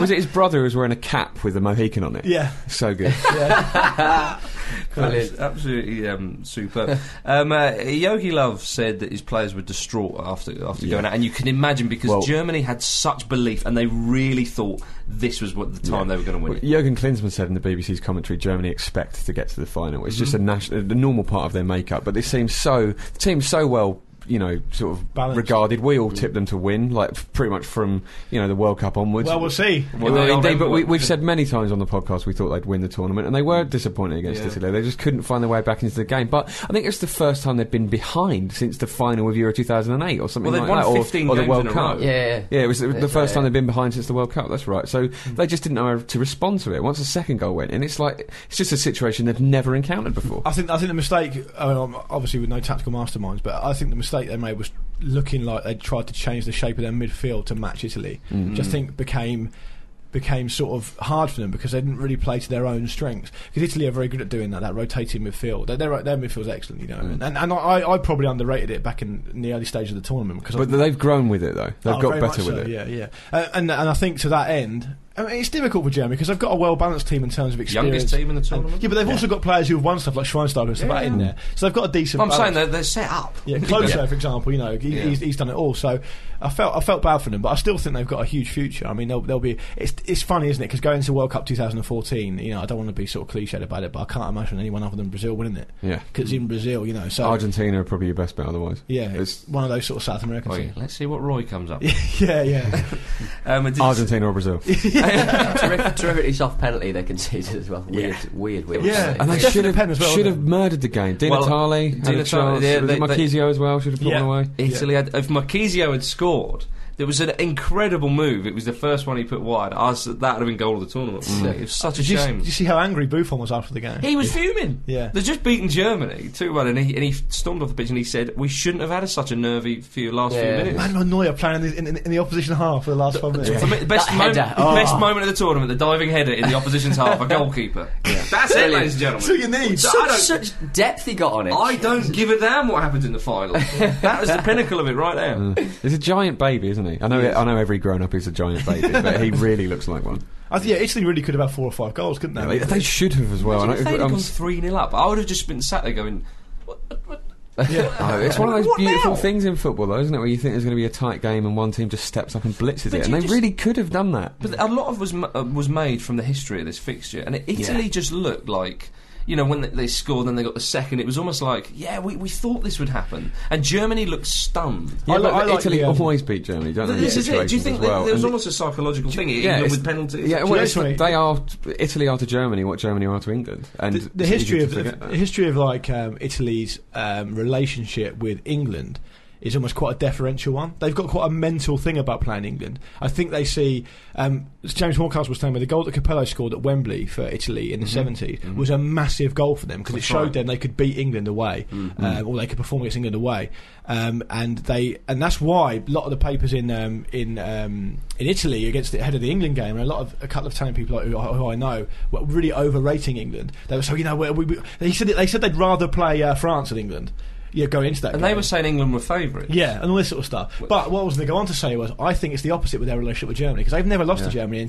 was it his brother who was wearing a cap with a Mohican on it? Yeah. So good. Brilliant. Abs- Absolutely um, superb. um, uh, Yogi Love said that his players were distraught after after going out, and you can imagine because Well- Germany had such belief, and they really thought this was what the time they were going to win. Well, it. Jurgen Klinsmann said in the BBC's commentary, Germany expect to get to the final. It's just a Mm-hmm. national, the normal part of their makeup. But this seems so, the team's so well, you know, sort of Balanced. Mm. regarded. We all tipped them to win, like f- pretty much from you know the World Cup onwards. Well, we'll see. Well, Well, they- indeed, but we, well, we've said many times on the podcast we thought they'd win the tournament, and they were disappointed against Mm. Yeah. Italy. They just couldn't find their way back into the game. But I think it's the first time they've been behind since the final of Euro 2008 or something Well, they've like won that, or- 15 or, the games World in a Cup. row. Yeah, uh, yeah. yeah, it was the, the That's first right, time yeah. they've been behind since the World Cup. That's right. So Mm. they just didn't know how to respond to it. Once the second goal went in, it's like it's just a situation they've never encountered before. I think I think the mistake, um, obviously with no tactical masterminds, but I think the mistake they made was looking like they tried to change the shape of their midfield to match Italy. Mm-hmm. Which I think became became sort of hard for them because they didn't really play to their own strengths. Because Italy are very good at doing that, that rotating midfield. Their, their, their midfield's excellent, you know. Mm. And, and I, I probably underrated it back in, in the early stage of the tournament because I But they've grown with it though. They've Oh, got very better much with it. so, Yeah, yeah. Uh, and and I think to that end, I mean, it's difficult for Germany because they've got a well balanced team in terms of experience. Youngest team in the And- tournament. yeah, but they've also got players who've won stuff like Schweinsteiger and stuff like that in there. So they've got a decent. I'm saying balance. they're, they're set up. Yeah, Closer, for example, you know, he, Yeah. he's, he's done it all. So I felt I felt bad for them, but I still think they've got a huge future. I mean, they'll, they'll be. It's, it's funny, isn't it? Because going into World Cup 2014, you know, I don't want to be sort of cliched about it, but I can't imagine anyone other than Brazil winning it. Yeah. because in Brazil, you know, so Argentina are probably your best bet otherwise. yeah, It's it's one of those sort of South American Oh, yeah. things. Let's see what Roy comes up. with. yeah, yeah. Um, and did you- Argentina or Brazil. terrific, terrifically soft penalty they conceded as well. Weird, weird, weird. Yeah. penalty. And they Definite should have, pen as well, should wasn't have murdered the game. Di Natale Di had a Natale, chance. yeah, Was it they- they- Marchisio as well should have put Yeah. one away. Italy had, if Marchisio had scored, there was an incredible move. It was the first one he put wide. I was, that would have been goal of the tournament. wouldn't it? It was such a Did you, shame. did you see how angry Buffon was after the game? he was fuming. Yeah. They'd just beaten Germany 2 1, and he, and he stormed off the pitch and he said, We shouldn't have had such a nervy few last Yeah. few minutes. Manuel Neuer playing in the, in, in the opposition half for the last five minutes. For me, the best, That moment, header, oh. best moment of the tournament, the diving header in the opposition's half, a goalkeeper. That's it, ladies and That's what gentlemen. you need. So- I such, don't- such depth he got on it. I don't give a damn what happens in the final. That was the pinnacle of it right there. He's a giant baby, isn't he? I know. I know every grown up is a giant baby, but he really looks like one. I think, yeah, Italy really could have had four or five goals, couldn't Yeah, they? they, they should have as well. Imagine And if I- they'd have I'm gone s- 3 0 up, I would have just been sat there going, what, what, what? Oh, it's one of those What beautiful now? things in football, though, isn't it? Where you think there's going to be a tight game and one team just steps up and blitzes But it, you and they just- really could have done that. But a lot of was ma- uh, was made from the history of this fixture, and Italy Yeah. just looked like. You know, when they- they scored, then they got the second. It was almost like, yeah, we, we thought this would happen. And Germany looked stunned. Yeah, I but like- I like Italy the, um, always beat Germany, don't they? in this is it. Do you situations think as well? that there was And- almost a psychological thing? yeah, England it's- with penalties. Yeah, Do well, you it's know like what I they are Italy are to Germany what Germany are to England, and the, the it's easy history to of the, forget that. history of like um, Italy's um, relationship with England is almost quite a deferential one. They've got quite a mental thing about playing England. I think they see um, James Horncastle was telling me the goal that Capello scored at Wembley for Italy in Mm-hmm. the 70s was a massive goal for them because it That's showed right. them they could beat England away Mm, um, or they could perform against England away. Um, and they and that's why a lot of the papers in um, in um, in Italy against the head of the England game and a lot of a couple of Italian people who, I- who I know were really overrating England. They were so you know we, we, we, they said they said they'd rather play uh, France than England. Yeah, going into that. and they game. were saying England were favourites. Yeah, and all this sort of stuff. But what I was going to go on to say was, I think it's the opposite with their relationship with Germany because they've never lost to Germany in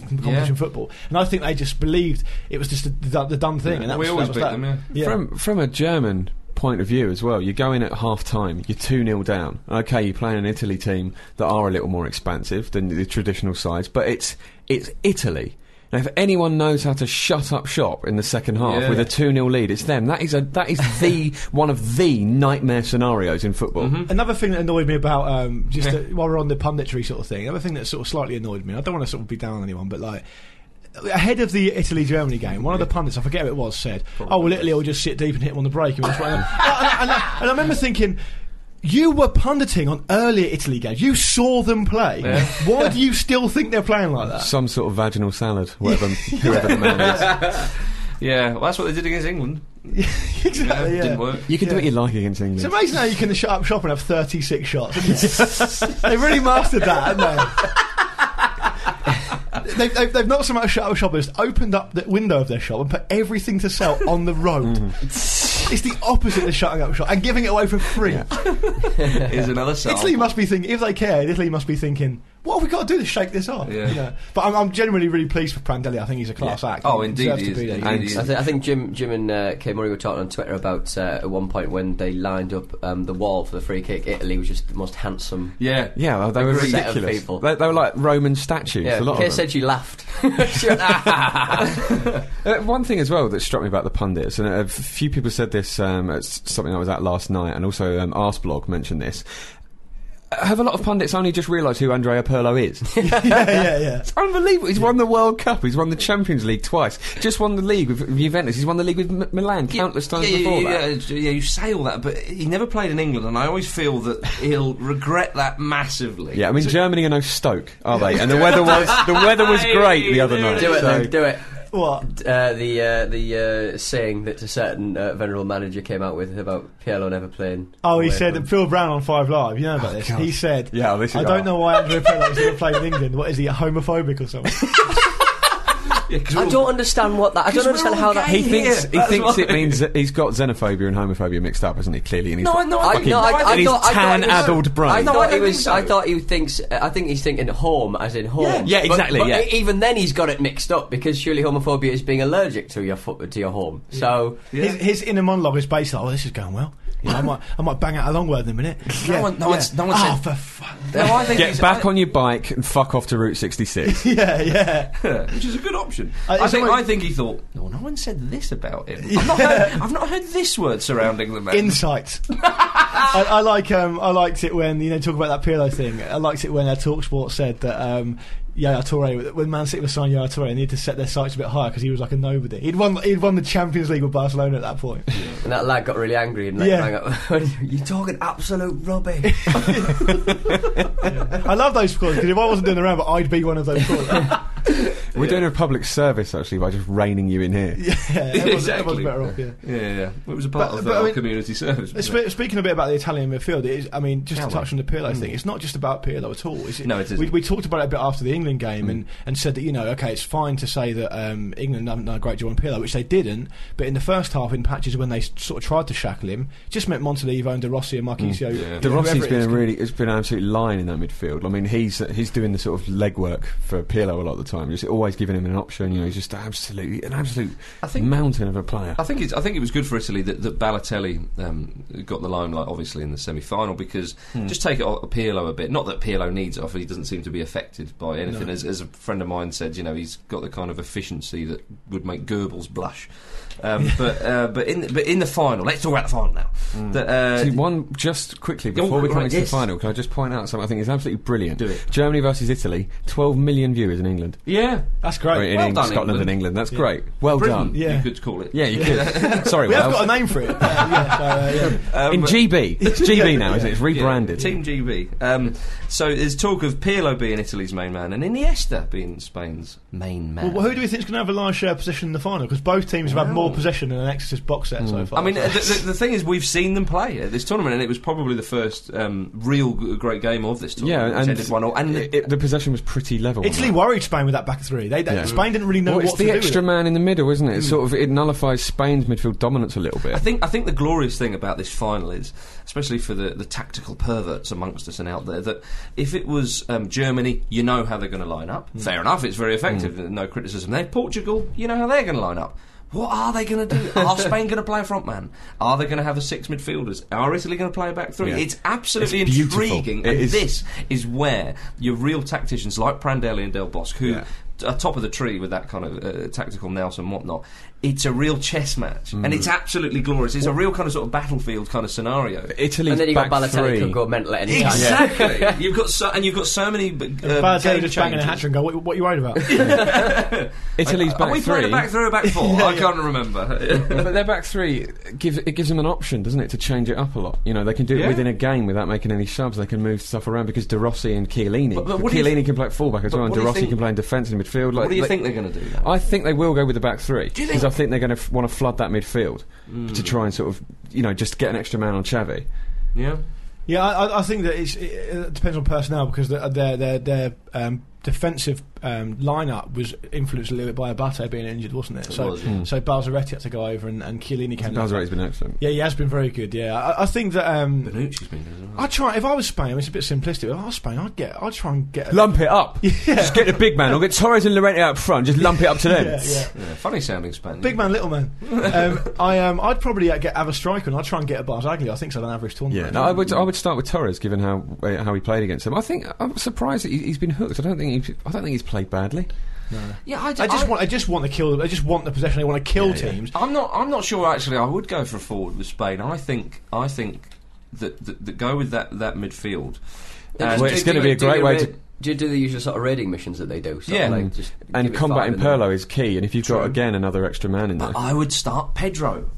Yeah. competition football, and I think they just believed it was just the, the, the dumb thing. And that We was, always that was beat that. them, yeah. From from a German point of view as well, you go in at half time, you're 2 0 down. Okay, you're playing an Italy team that are a little more expansive than the traditional sides, but it's it's Italy. Now, if anyone knows how to shut up shop in the second half Yeah. with a 2 0 lead, it's them. That is a that is the one of the nightmare scenarios in football. Another thing that annoyed me about um, just uh while we're on the punditry sort of thing, another thing that sort of slightly annoyed me. I don't want to sort of be down on anyone, but like ahead of the Italy Germany game, one of the pundits, I forget who it was, said, "Oh well, Italy will just sit deep and hit them on the break." And, we just went, and, I, and I- and I remember thinking. You were punditing on earlier Italy games. You saw them play. Why do you still think they're playing like that? Some sort of vaginal salad, whatever, whoever the man is. Yeah, well, that's what they did against England. Yeah, exactly. yeah. Didn't work. You can do Yeah. what you like against It's England. amazing how you can shut up shop and have 36 shots. isn't it? they really mastered that, haven't they? They've, they've, they've not so much shut up shop, they've just opened up the window of their shop and put everything to sell on the road. Mm. it's the opposite of shutting up shop and giving it away for free. Here's another sell. Italy must be thinking, if they cared, Italy must be thinking, what have we got to do to shake this off? Yeah. You know? But I'm, I'm genuinely really pleased for Prandelli. I think he's a class act. Oh, He indeed deserves he to is. be there. Indeed And- he is. I, thi- I think Jim, Jim and uh, Kay Murray were talking on Twitter about uh, at one point when they lined up um, the wall for the free kick. Italy was just the most handsome. Yeah. Yeah, well, they were Agreed. Set of ridiculous. people. They, they were like Roman statues. Yeah, a lot of Kay them. said she laughed. She went, "Ah, ha, ha, ha." Uh, one thing as well that struck me about the pundits, and a few people said this um, at s- something I was at last night, and also um, Arsblog mentioned this. Uh, Have a lot of pundits only just realised who Andrea Pirlo is? yeah, yeah, yeah. it's unbelievable. He's won the World Cup. He's won the Champions League twice. Just won the league with Juventus. He's won the league with M- Milan countless times yeah, before yeah, that. Yeah, yeah, you say all that, but he never played in England, and I always feel that he'll regret that massively. Yeah, I mean Germany are no Stoke, are they? And the weather was the weather was great the other night. do it, so- then, do it. What? Uh, the uh, the uh, saying that a certain uh, venerable manager came out with about Pirlo never playing. Oh, he away said from- that Phil Brown on Five Live. Oh, You know about this. He said, Yeah, this is- I don't know why Andrew Pirlo's never played in England. What is he homophobic or something? Yeah, 'cause I all- don't understand what that. I don't we're understand all how that. gay He thinks here. he That's thinks why. it means that he's got xenophobia and homophobia mixed up, isn't he? Clearly, and he's No, I- no, I I, fucking- no, I, right, I and thought, his I thought tan he was- adult brain. I No, thought I don't he was. think so. I thought he thinks. I think he's thinking home, as in home. Yeah, But- exactly, But, yeah. e- even then, he's got it mixed up because surely homophobia is being allergic to your fo- to your home. So his, his inner monologue is based on, oh, this is going well. You know, I, might, I might bang out a long word in a minute. No one- no one's- no one oh, said- for fuck. No, I think Get he's- back I- on your bike and fuck off to Route 66. Yeah, yeah. which is a good option. Uh, I it's think almost- I think he thought, no, no one said this about him. I've, not heard, I've not heard this word surrounding the man. Insight. I, I like um, I liked it when you know talk about that Pirlo thing. I liked it when uh, Talksport said that um, Yaya Toure when Man City was signing Yaya Toure, they needed to set their sights a bit higher because he was like a nobody. He'd won he'd won the Champions League with Barcelona at that point. And that lad got really angry and like, Yeah. rang up. You're talking absolute rubbish. I love those scores because if I wasn't doing the round, but I'd be one of those. scores. yeah, We're doing a public service actually by just reining you in here. everyone's, everyone's Exactly. better off. Yeah. Yeah, yeah, yeah. It was a part But- of but our I mean- community service. wasn't it? Spe- speaking a bit about the Italian midfield, it is, I mean, just Shall to touch on the Pirlo thing, it's not just about Pirlo at all. Is No, it isn't. We, we talked about it a bit after the England game and, and said that, you know, okay, it's fine to say that um, England haven't done a great job on Pirlo, which they didn't, but in the first half, in patches when they s- sort of tried to shackle him, just meant Montalivo and De Rossi and Marchisio. Yeah. De Rossi's whoever it been is. a really, it's been an absolute line in that midfield. I mean, he's he's doing the sort of legwork for Pirlo a lot of the time. Just always giving him an option. You know, he's just absolutely an absolute I think- mountain of a player. I think it's, I think it was good for Italy that, that Balotelli um, got the limelight, obviously in the semi-final, because Hmm. just take it off Pirlo a bit. Not that Pirlo needs it off; he doesn't seem to be affected by anything. As, as a friend of mine said, you know, he's got the kind of efficiency that would make Goebbels blush. Um, but uh, but in but in the final, let's talk about the final now. Hmm. That, uh, See, one just quickly before Oh, we come right, into yes. the final, can I just point out something I think is absolutely brilliant? Do it. Germany versus Italy, 12 million viewers in England. yeah, That's Or great. in Well Eng- done, Scotland and England. England. That's great. Well Britain, done. Yeah. you could call it. Yeah, you could. Sorry, we have Wales. got a name for it. Uh, yeah, so, uh, yeah. Um, in GB. It's GB now, isn't it? It's rebranded. Yeah, Team GB. Um, so there's talk of Pirlo being Italy's main man and Iniesta being Spain's main man. Well, who do we think is going to have a large share position in the final? Because both teams have had more possession in an Exeter's box set so far. I mean, uh, the, the, the thing is, we've seen them play at this tournament, and it was probably the first um, real g- great game of this Yeah, tournament. which and, ended 1-0, and it- it- the possession was pretty level. on Italy that. worried Spain with that back three. They, they Yeah. Spain didn't really know Well, what it's to the do with extra it. man in the middle, isn't Hmm. it? It sort of it nullifies Spain's midfield dominance a little bit. I think I think the glorious thing about this final is, especially for the, the tactical perverts amongst us and out there, that if it was um, Germany, you know how they're going to line up. Mm. Fair enough, it's very effective. No criticism there. Portugal, you know how they're going to line up. What are they going to do? Are Spain going to play a front man? Are they going to have a six midfielders? Are Italy going to play a back three? Yeah. It's absolutely It's beautiful. intriguing, It and is- this is where your real tacticians like Prandelli and Del Bosque, who Yeah. are top of the tree with that kind of uh, tactical nous and whatnot. It's a real chess match, Mm. and it's absolutely glorious. It's a real kind of sort of battlefield kind of scenario. Italy's and then you got back Balotelli three. could go mental at any time. Exactly. you've got so, and you've got so many. b- Uh, Balotelli game just banging changers. a hat trick and go, what, what are you worried about? Italy's Are back we three. playing a back three or back four? I can't remember. but their back three gives it gives them an option, doesn't it, to change it up a lot? You know, they can do it Yeah. within a game without making any subs. They can move stuff around because De Rossi and Chiellini. But- but what do you Chiellini th- can play at fullback as but well, and what do De you Rossi think- can play in defence and midfield. Like, what do you like- think they're going to do? Though? I think they will go with the back three Do you because I think? think they're going to f- want to flood that midfield to try and sort of you know just get an extra man on Chavi. yeah. Yeah, I, I- I think that it's, it, it depends on personnel because the, their their their um, defensive um, lineup was influenced a little bit by Abate being injured, wasn't it? so was, yeah. so Balzaretti had to go over and, and Chiellini came. in. Balzaretti's been excellent. Yeah, he has been very good. Yeah, I, I think that. Um, Benucci's been good as well. I try if I was Spain. It's a bit simplistic. If I was Spain, I'd get. I'd try and get. a- Lump it up. Just get the big man. I'll get Torres and Llorente out front. Just lump it up to them. yeah, yeah. Yeah, funny sounding Spanish. Big man, little man. Um, I um, I'd probably uh, get have a striker and I'd try and get a Barzagli. I think's had an average tournament. Yeah, no, I would. I would start with Torres, given how uh, how he played against him. I think I'm surprised that he, he's been hooked. I don't think he, I don't think he's played badly. Yeah, I, I just I- want. I just want to kill. I just want the possession. I want to kill teams. I'm not. I'm not sure. Actually, I would go for a forward with Spain. I think. I think that that, that go with that that midfield. Just Well, do- it's do- gonna be a do great the way ra- to- Do you do the usual sort of raiding missions that they do? Sort Yeah. of like just And give it combating five Perlo is key. And if you've got again another extra man in there, But I would start Pedro,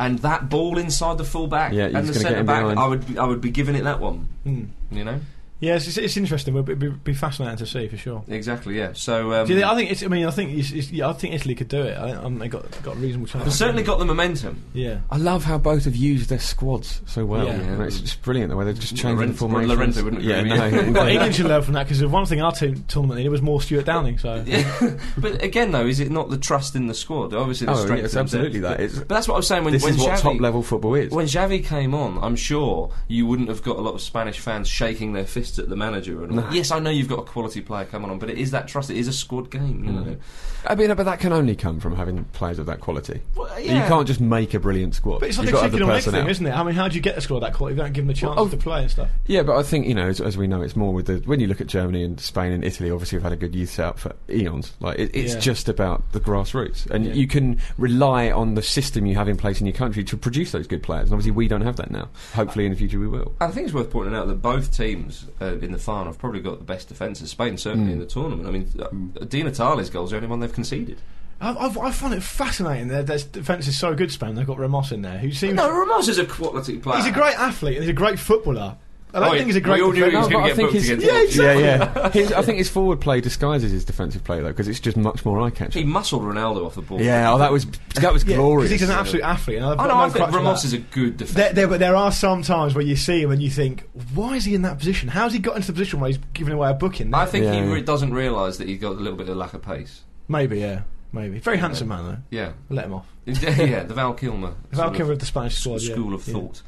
and that ball inside the full back Yeah, he's and the gonna get centre him back. behind. I would. I would be giving it that one. Mm. You know Yes, it's, it's interesting. It'd be, be fascinating to see for sure. exactly. Yeah. So. Um, Do you think, I think it's. I mean, I think it's, it's, yeah, I think Italy could do it. I think um, they got got a reasonable chance. They've certainly got the momentum. Yeah. I love how both have used their squads so well. Yeah. You know, it's just brilliant the way they've just changed Llorente- the formation. Llorente wouldn't yeah, agree no, with you. Well, exactly. England should learn from that because one thing our team tournament needed was more Stuart Downing. So Yeah. but again, though, is it not the trust in the squad? Obviously, the Oh, strength. yeah, it's in depth, absolutely that. But, It's- but that's what I was saying when this when is what Xavi- top level football is. When Xavi came on, I'm sure you wouldn't have got a lot of Spanish fans shaking their fists fists at the manager. And all. Yes, I know you've got a quality player coming on, but it is that trust. It is a squad game. You Mm. know? I mean, but that can only come from having players of that quality. Well, You yeah. can't just make a brilliant squad. But it's like You've the got other chicken and egg personnel. thing, isn't it? I mean, how do you get a squad that quality if you don't give them the chance oh. to play and stuff? Yeah, but I think you know, as, as we know, it's more with the when you look at Germany and Spain and Italy. Obviously, have had a good youth setup for eons. Like it, it's Yeah. just about the grassroots, and you can rely on the system you have in place in your country to produce those good players. And obviously, we don't have that now. Hopefully, in the future, we will. I think it's worth pointing out that both teams uh, in the final have probably got the best defences. Spain certainly Mm. in the tournament. I mean, uh, Di Natale's goal is the only one they've conceded. I, I've, I find it fascinating. Their, their defence is so good, Spain. They've got Ramos in there, who seems No, Ramos is a quality player. he's a great athlete and he's a great footballer. I don't Oh, think he's a great. we all knew he was defender. No, going but to I get think booked he's- against. Yeah, Portugal. Yeah, yeah. his, I think his forward play disguises his defensive play though, because it's just much more He eye catching. mussled Ronaldo off the ball. Yeah, oh, that was that was Yeah, 'cause glorious. He's an absolute athlete. And I've I got know. Oh, no I crutch think for Ramos that. is a good There, defender. there, but there are some times where you see him and you think, why is he in that position? How's he got into the position where he's giving away a booking? I think Yeah. he re- doesn't realise that he got a little bit of lack of pace. maybe, yeah, maybe. Very handsome man though. Yeah, Let him off. yeah. The Val Kilmer. Val sort of Kilmer of the Spanish squad. yeah. school of Yeah. thought.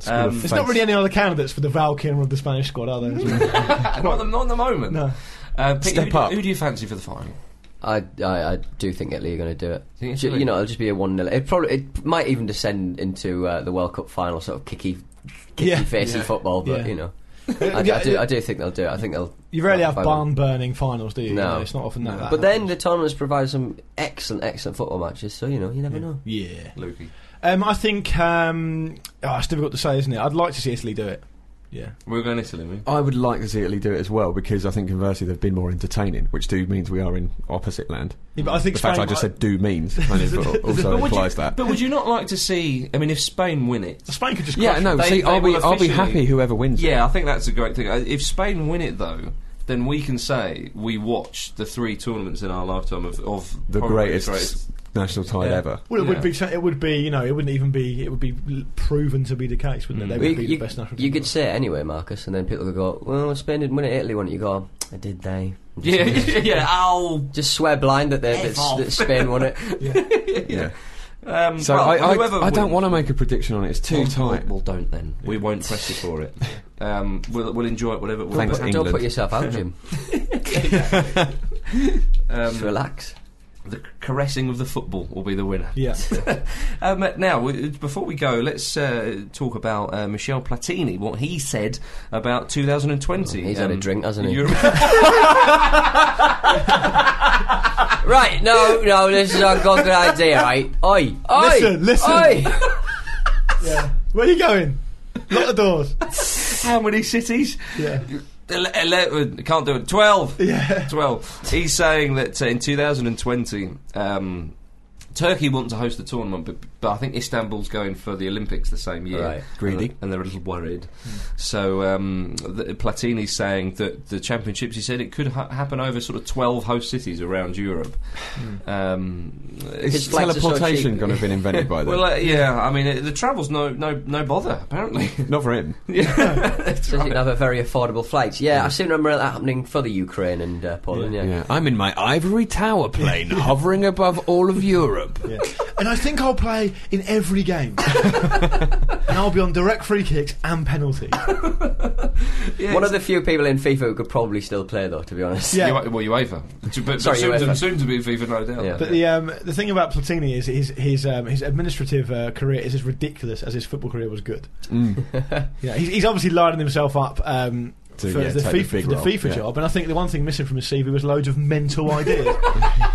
School of Um, There's Thanks. not really any other candidates for the Val Kilmer of the Spanish squad, are there? not, at the, not at the moment. no. Uh, Pete, Step who, do- up. Who do you fancy for the final? I, I, I do think Italy are going to do it. Think Ju- Italy? you know, it'll just be a one 0 It probably it might even descend into uh, the World Cup final, sort of kicky, kicky Yeah. facey Yeah. football. But Yeah. you know, I, I do I do think they'll do it. I think they'll. You rarely have Five barn one. burning finals, do you? No. You know, it's not often that. that But then happens. the tournaments provide some excellent, excellent football matches. So you know, you never know. yeah, Lukey. um, I think um, oh, it's difficult to say, isn't it? I'd like to see Italy do it. Yeah, We're going Italy. we? I would like to see Italy do it as well because I think conversely they've been more entertaining, which do means we are in opposite land. Yeah, but I think the fact I Spain just might- said do means kind of al- also would implies you, that. But would you not like to see? I mean, if Spain win it, Spain could just yeah, crush no. They- see, they I'll be will I'll officially- be happy whoever wins. it. yeah, I think that's a great thing. Uh, If Spain win it though. Then we can say we watched the three tournaments in our lifetime of, of the probably greatest, national tide ever. Well, it Yeah. would be. It would be. You know, it wouldn't even be. It would be l- proven to be the case, wouldn't it? They Mm. Well, would be you, the best national. you team. could say it anyway, Marcus, and then people could go, "Well, Spain didn't win it. Italy won it." You go, "Did they?" Just, Yeah, yeah. Ow. just swear blind that, they, that, F off. that Spain won it. Yeah. Um, So well, I, I, whoever I wins- don't Oh, want to make a prediction on it. It's too tight. Well, don't then. We won't press you for it. Um, we'll, we'll enjoy it, whatever. it will Thanks, be. England. Don't put yourself out, Jim. Just Um, relax. the caressing of the football will be the winner. Yeah. Um, now, we- before we go, let's uh, talk about uh, Michel Platini, what he said about 2020. Oh, He's had a drink, hasn't he? Euro- Right, no, no, this is not a good idea, right? Oi, oi, Listen, listen. oi! yeah. Where are you going? Lock the doors. How many cities? Yeah. Ele- Eleven. Can't do it. Twelve. Yeah. Twelve. He's saying that uh, in 2020. Um, Turkey want to host the tournament, but, but I think Istanbul's going for the Olympics the same year. Right. Greedy. And, and they're a little worried. Hmm. So um, the, Platini's saying that the championships, he said, it could ha- happen over sort of 12 host cities around Europe. Hmm. Um, Is His flights are so teleportation cheap. going to have been invented by then? well, uh, yeah, I mean, it, the travel's no, no, no bother, apparently. Not for him. Says you can have a very affordable flight. Yeah, I seem to remember that happening for the Ukraine and uh, Poland. Yeah. Yeah, I'm in my ivory tower plane, hovering above all of Europe. Yeah. And I think I'll play in every game. and I'll be on direct free kicks and penalties. One of the few people in FIFA who could probably still play, though, to be honest. Yeah. You, well, UEFA. But, but Sorry, soon, To, UEFA. soon to be FIFA, no doubt. Yeah. But the um, the thing about Platini is his his um, his administrative uh, career is as ridiculous as his football career was good. Mm. yeah, he's, he's obviously lining himself up um, To, for yeah, the take the FIFA, big for the role, FIFA yeah. job, and I think the one thing missing from his CV was loads of mental ideas.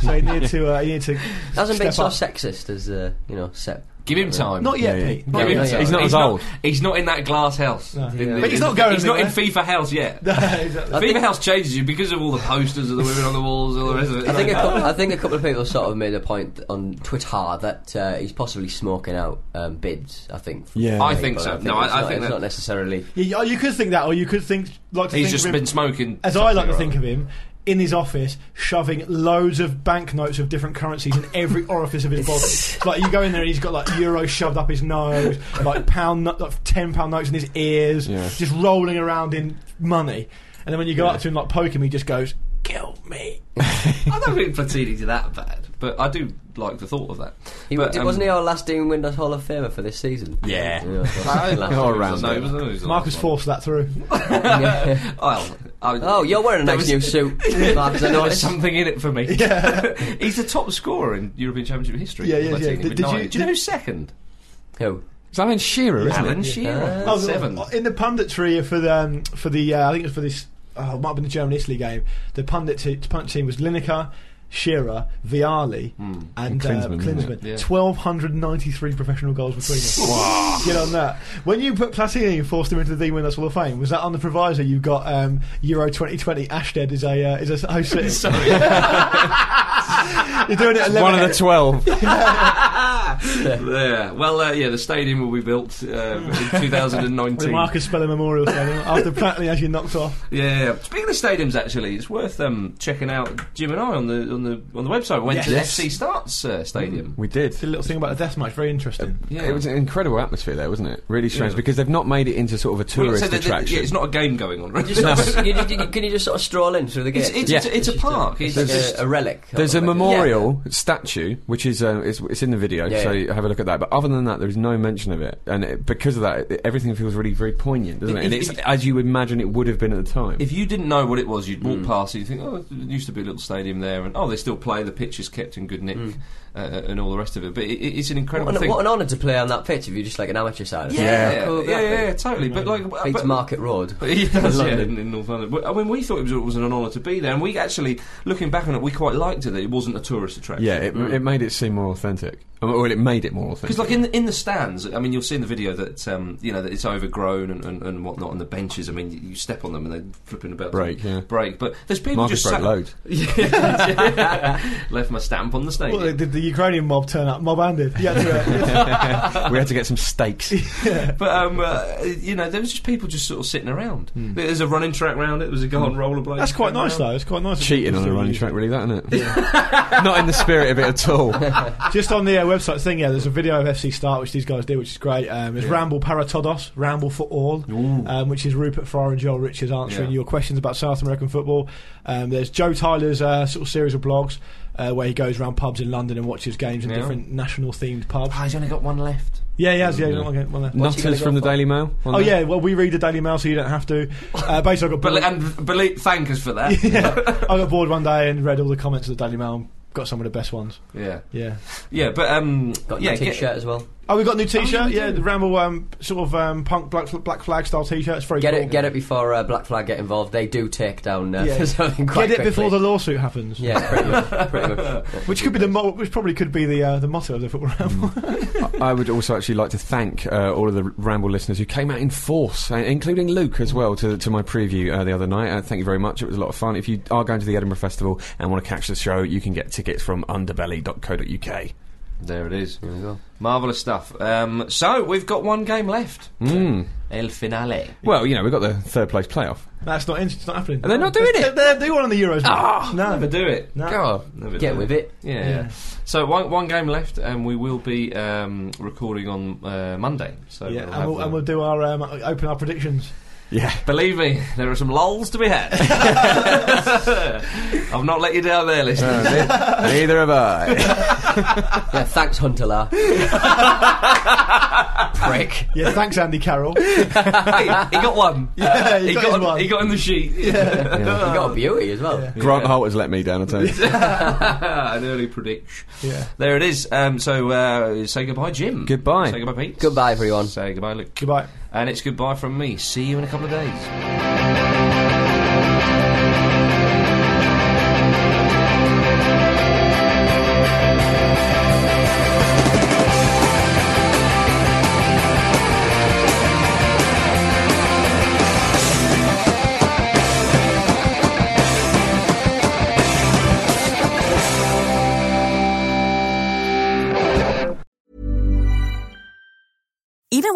so he needed to uh, he needed to Hasn't step been so up. sexist as, uh, you know, Sep. Give him time. Not yet, Yeah, yeah. Pete. Give Not him yet. yeah, time. He's not as old. He's not in that glass house. No. In Yeah. But he's not going He's not in FIFA anywhere. house yet. exactly. FIFA House changes you because of all the posters of the women on the walls and all the rest of it. I think, a couple, I think a couple of people sort of made a point on Twitter that uh, he's possibly smoking out um, bids, I think. Yeah. I think But so. No, I, it's I not, think it's that not necessarily. Yeah, you could think that, or you could think like to he's think just of him, been smoking. as I like to think of him. In his office, shoving loads of banknotes of different currencies in every orifice of his body. It's like you go in there, and he's got like euros shoved up his nose, like pound, no- like ten pound notes in his ears, Yeah. just rolling around in money. And then when you go up to him, like poke him, he just goes, "Kill me." I don't think Platini did that bad. But I do like the thought of that. He, but, um, wasn't he our last Dean Windows Hall of Famer for this season? Yeah. yeah. No, it was- around no, it. it was- no, it was the Marcus last one. forced that through. Well, I- Oh, you're wearing a There nice was- new suit. Marcus, There I was noticed. something in it for me. He's the top scorer in European Championship history. Yeah, yeah, Letting yeah. him Did- with did nine. you- do you know did- who's second? Who? It's Alan Shearer, isn't Alan it? Shearer. Oh, the- seven. In the punditry for the um, for the uh, I think it was for this oh, it might have been the German Italy game. The pundit t- punt team was Lineker, Shearer, Viali, and, And uh, Klinsmann, wasn't it? Klinsmann. Yeah. Twelve hundred ninety three professional goals between them. Get on that. When you put Platini and forced him into the D Windows Hall of Fame, was that on the proviso? You got um, Euro twenty twenty. Ashdead is a uh, is a host city. Sorry. You're doing it. at One of the Leatherhead. twelve. yeah. Well, uh, yeah, the stadium will be built uh, in 2019. The Marcus Speller Memorial Stadium after Platini actually knocked off. Yeah, yeah. Speaking of stadiums, actually, it's worth um, checking out Jim and I on the on the on the website. We went to Yes. FC Starts uh, Mm. Stadium. We did. Did a little thing about the death match. Very interesting. Yeah. It was an incredible atmosphere there, wasn't it? Really strange because they've not made it into sort of a Well, tourist like I said, that- that- attraction. yeah, it's not a game going on. Right? You just sort of- you- you- can you just sort of stroll in through the It's- gate? it's- it's- it's a just park. It's There's like just- a, a relic. There's a of it. memorial statue, which is uh, it's, it's in the video, Yeah, so yeah. you have a look at that. But other than that, there is no mention of it, and it, because of that, it, everything feels really very poignant, doesn't it? And If- it's if- as you imagine it would have been at the time. If you didn't know what it was, you'd walk Mm. past it. You think, oh, it used to be a little stadium there, and oh, they still play. The pitch is kept in good nick, uh, and all the rest of it. But it, it- it's an incredible Mm. What an, thing. what an honour to play on that pitch if you're just like an amateur side. yeah, Cool, yeah, that'd yeah, be. yeah, totally. But like, but- Beats but- Market Road. He does, yeah, London. in, in North London. But, I mean, we thought it was, it was an honour to be there, and we actually, looking back on it, we quite liked it that it wasn't a tourist attraction. yeah, it, it made it seem more authentic. I mean, well, it made it more authentic. Because, like in the, in the stands, I mean, you'll see in the video that um, you know that it's overgrown and, and, and whatnot, and the benches. I mean, you, you step on them and they're flipping about. Break, yeah. break. But there's people Marcus just broke sat- load. left my stamp on the stage. Well, they- did the Ukrainian mob turn up? Mob handed. Yeah, that's right. we had to get some steaks. But um, uh, you know, there was just people just sort of sitting around. Hmm. There's a running track round it. There was a guy on rollerblades. That's quite going nice around. though. It's quite nice. Cheating on a running track, really, that isn't it? not in the spirit of it at all. Just on the uh, website thing, yeah. There's a video of FC Start which these guys did, which is great. Um, it's Ramble para todos, Ramble for all, um, which is Rupert Fryer and Joel Richards answering Yeah. your questions about South American football. Um, there's Joe Tyler's uh, sort of series of blogs uh, where he goes around pubs in London and watches games in Yeah. different national themed pubs. Ah, he's only got one left. Yeah, he has. Yeah, one there, one there. Nutters from the Daily Mail. on Oh there. yeah, well we read the Daily Mail, so you don't have to. Uh, basically, I got But bored- and believe, thank us for that. yeah, I got bored one day and read all the comments of the Daily Mail. and Got some of the best ones. yeah, Yeah. yeah. But um, Got yeah, a get- t-shirt as well. Oh, we got a new T-shirt. Oh, yeah, we yeah, do. the Ramble um, sort of um, punk black, black flag style T-shirt. It's very Get cool. it, get it before uh, Black Flag get involved. They do take down uh, Yeah. something Get quite it before the quickly. lawsuit happens. Yeah, pretty much. Pretty much. Which could be the mo- which probably could be the uh, the motto of the football ramble. I would also actually like to thank uh, all of the Ramble listeners who came out in force, uh, including Luke as well, to, to my preview uh, the other night. Uh, thank you very much. It was a lot of fun. If you are going to the Edinburgh Festival and want to catch the show, you can get tickets from underbelly.co.uk. there it is. Marvelous stuff. Um, so we've got one game left. Mm. El finale. Well, you know, we've got the third place playoff. That's not in- it's not happening. Are they not doing They're- it? They're, they were on the Euros. mate. no, Ah, Never do it. no. Never Get do with it. Yeah. So one, one game left, and we will be um, recording on uh, Monday. So Yeah, we'll and we'll, have, and uh, we'll do our um, open our predictions. Yeah. Believe me, there are some lols to be had. I've not let you down there, listeners. Uh, Neither have I. Yeah, thanks, Hunter La. Prick. Yeah, thanks Andy Carroll. Hey, he got one. Yeah, he he, got got his in- one. he got in the sheet. You got a beauty as well. Grant Holt has let me down, I tell you. An early prediction. Yeah. There it is. Um, so uh, say goodbye, Jim. Goodbye. Say goodbye, Pete. Goodbye, everyone. Say goodbye, Luke. Goodbye. And it's goodbye from me. See you in a couple of days. even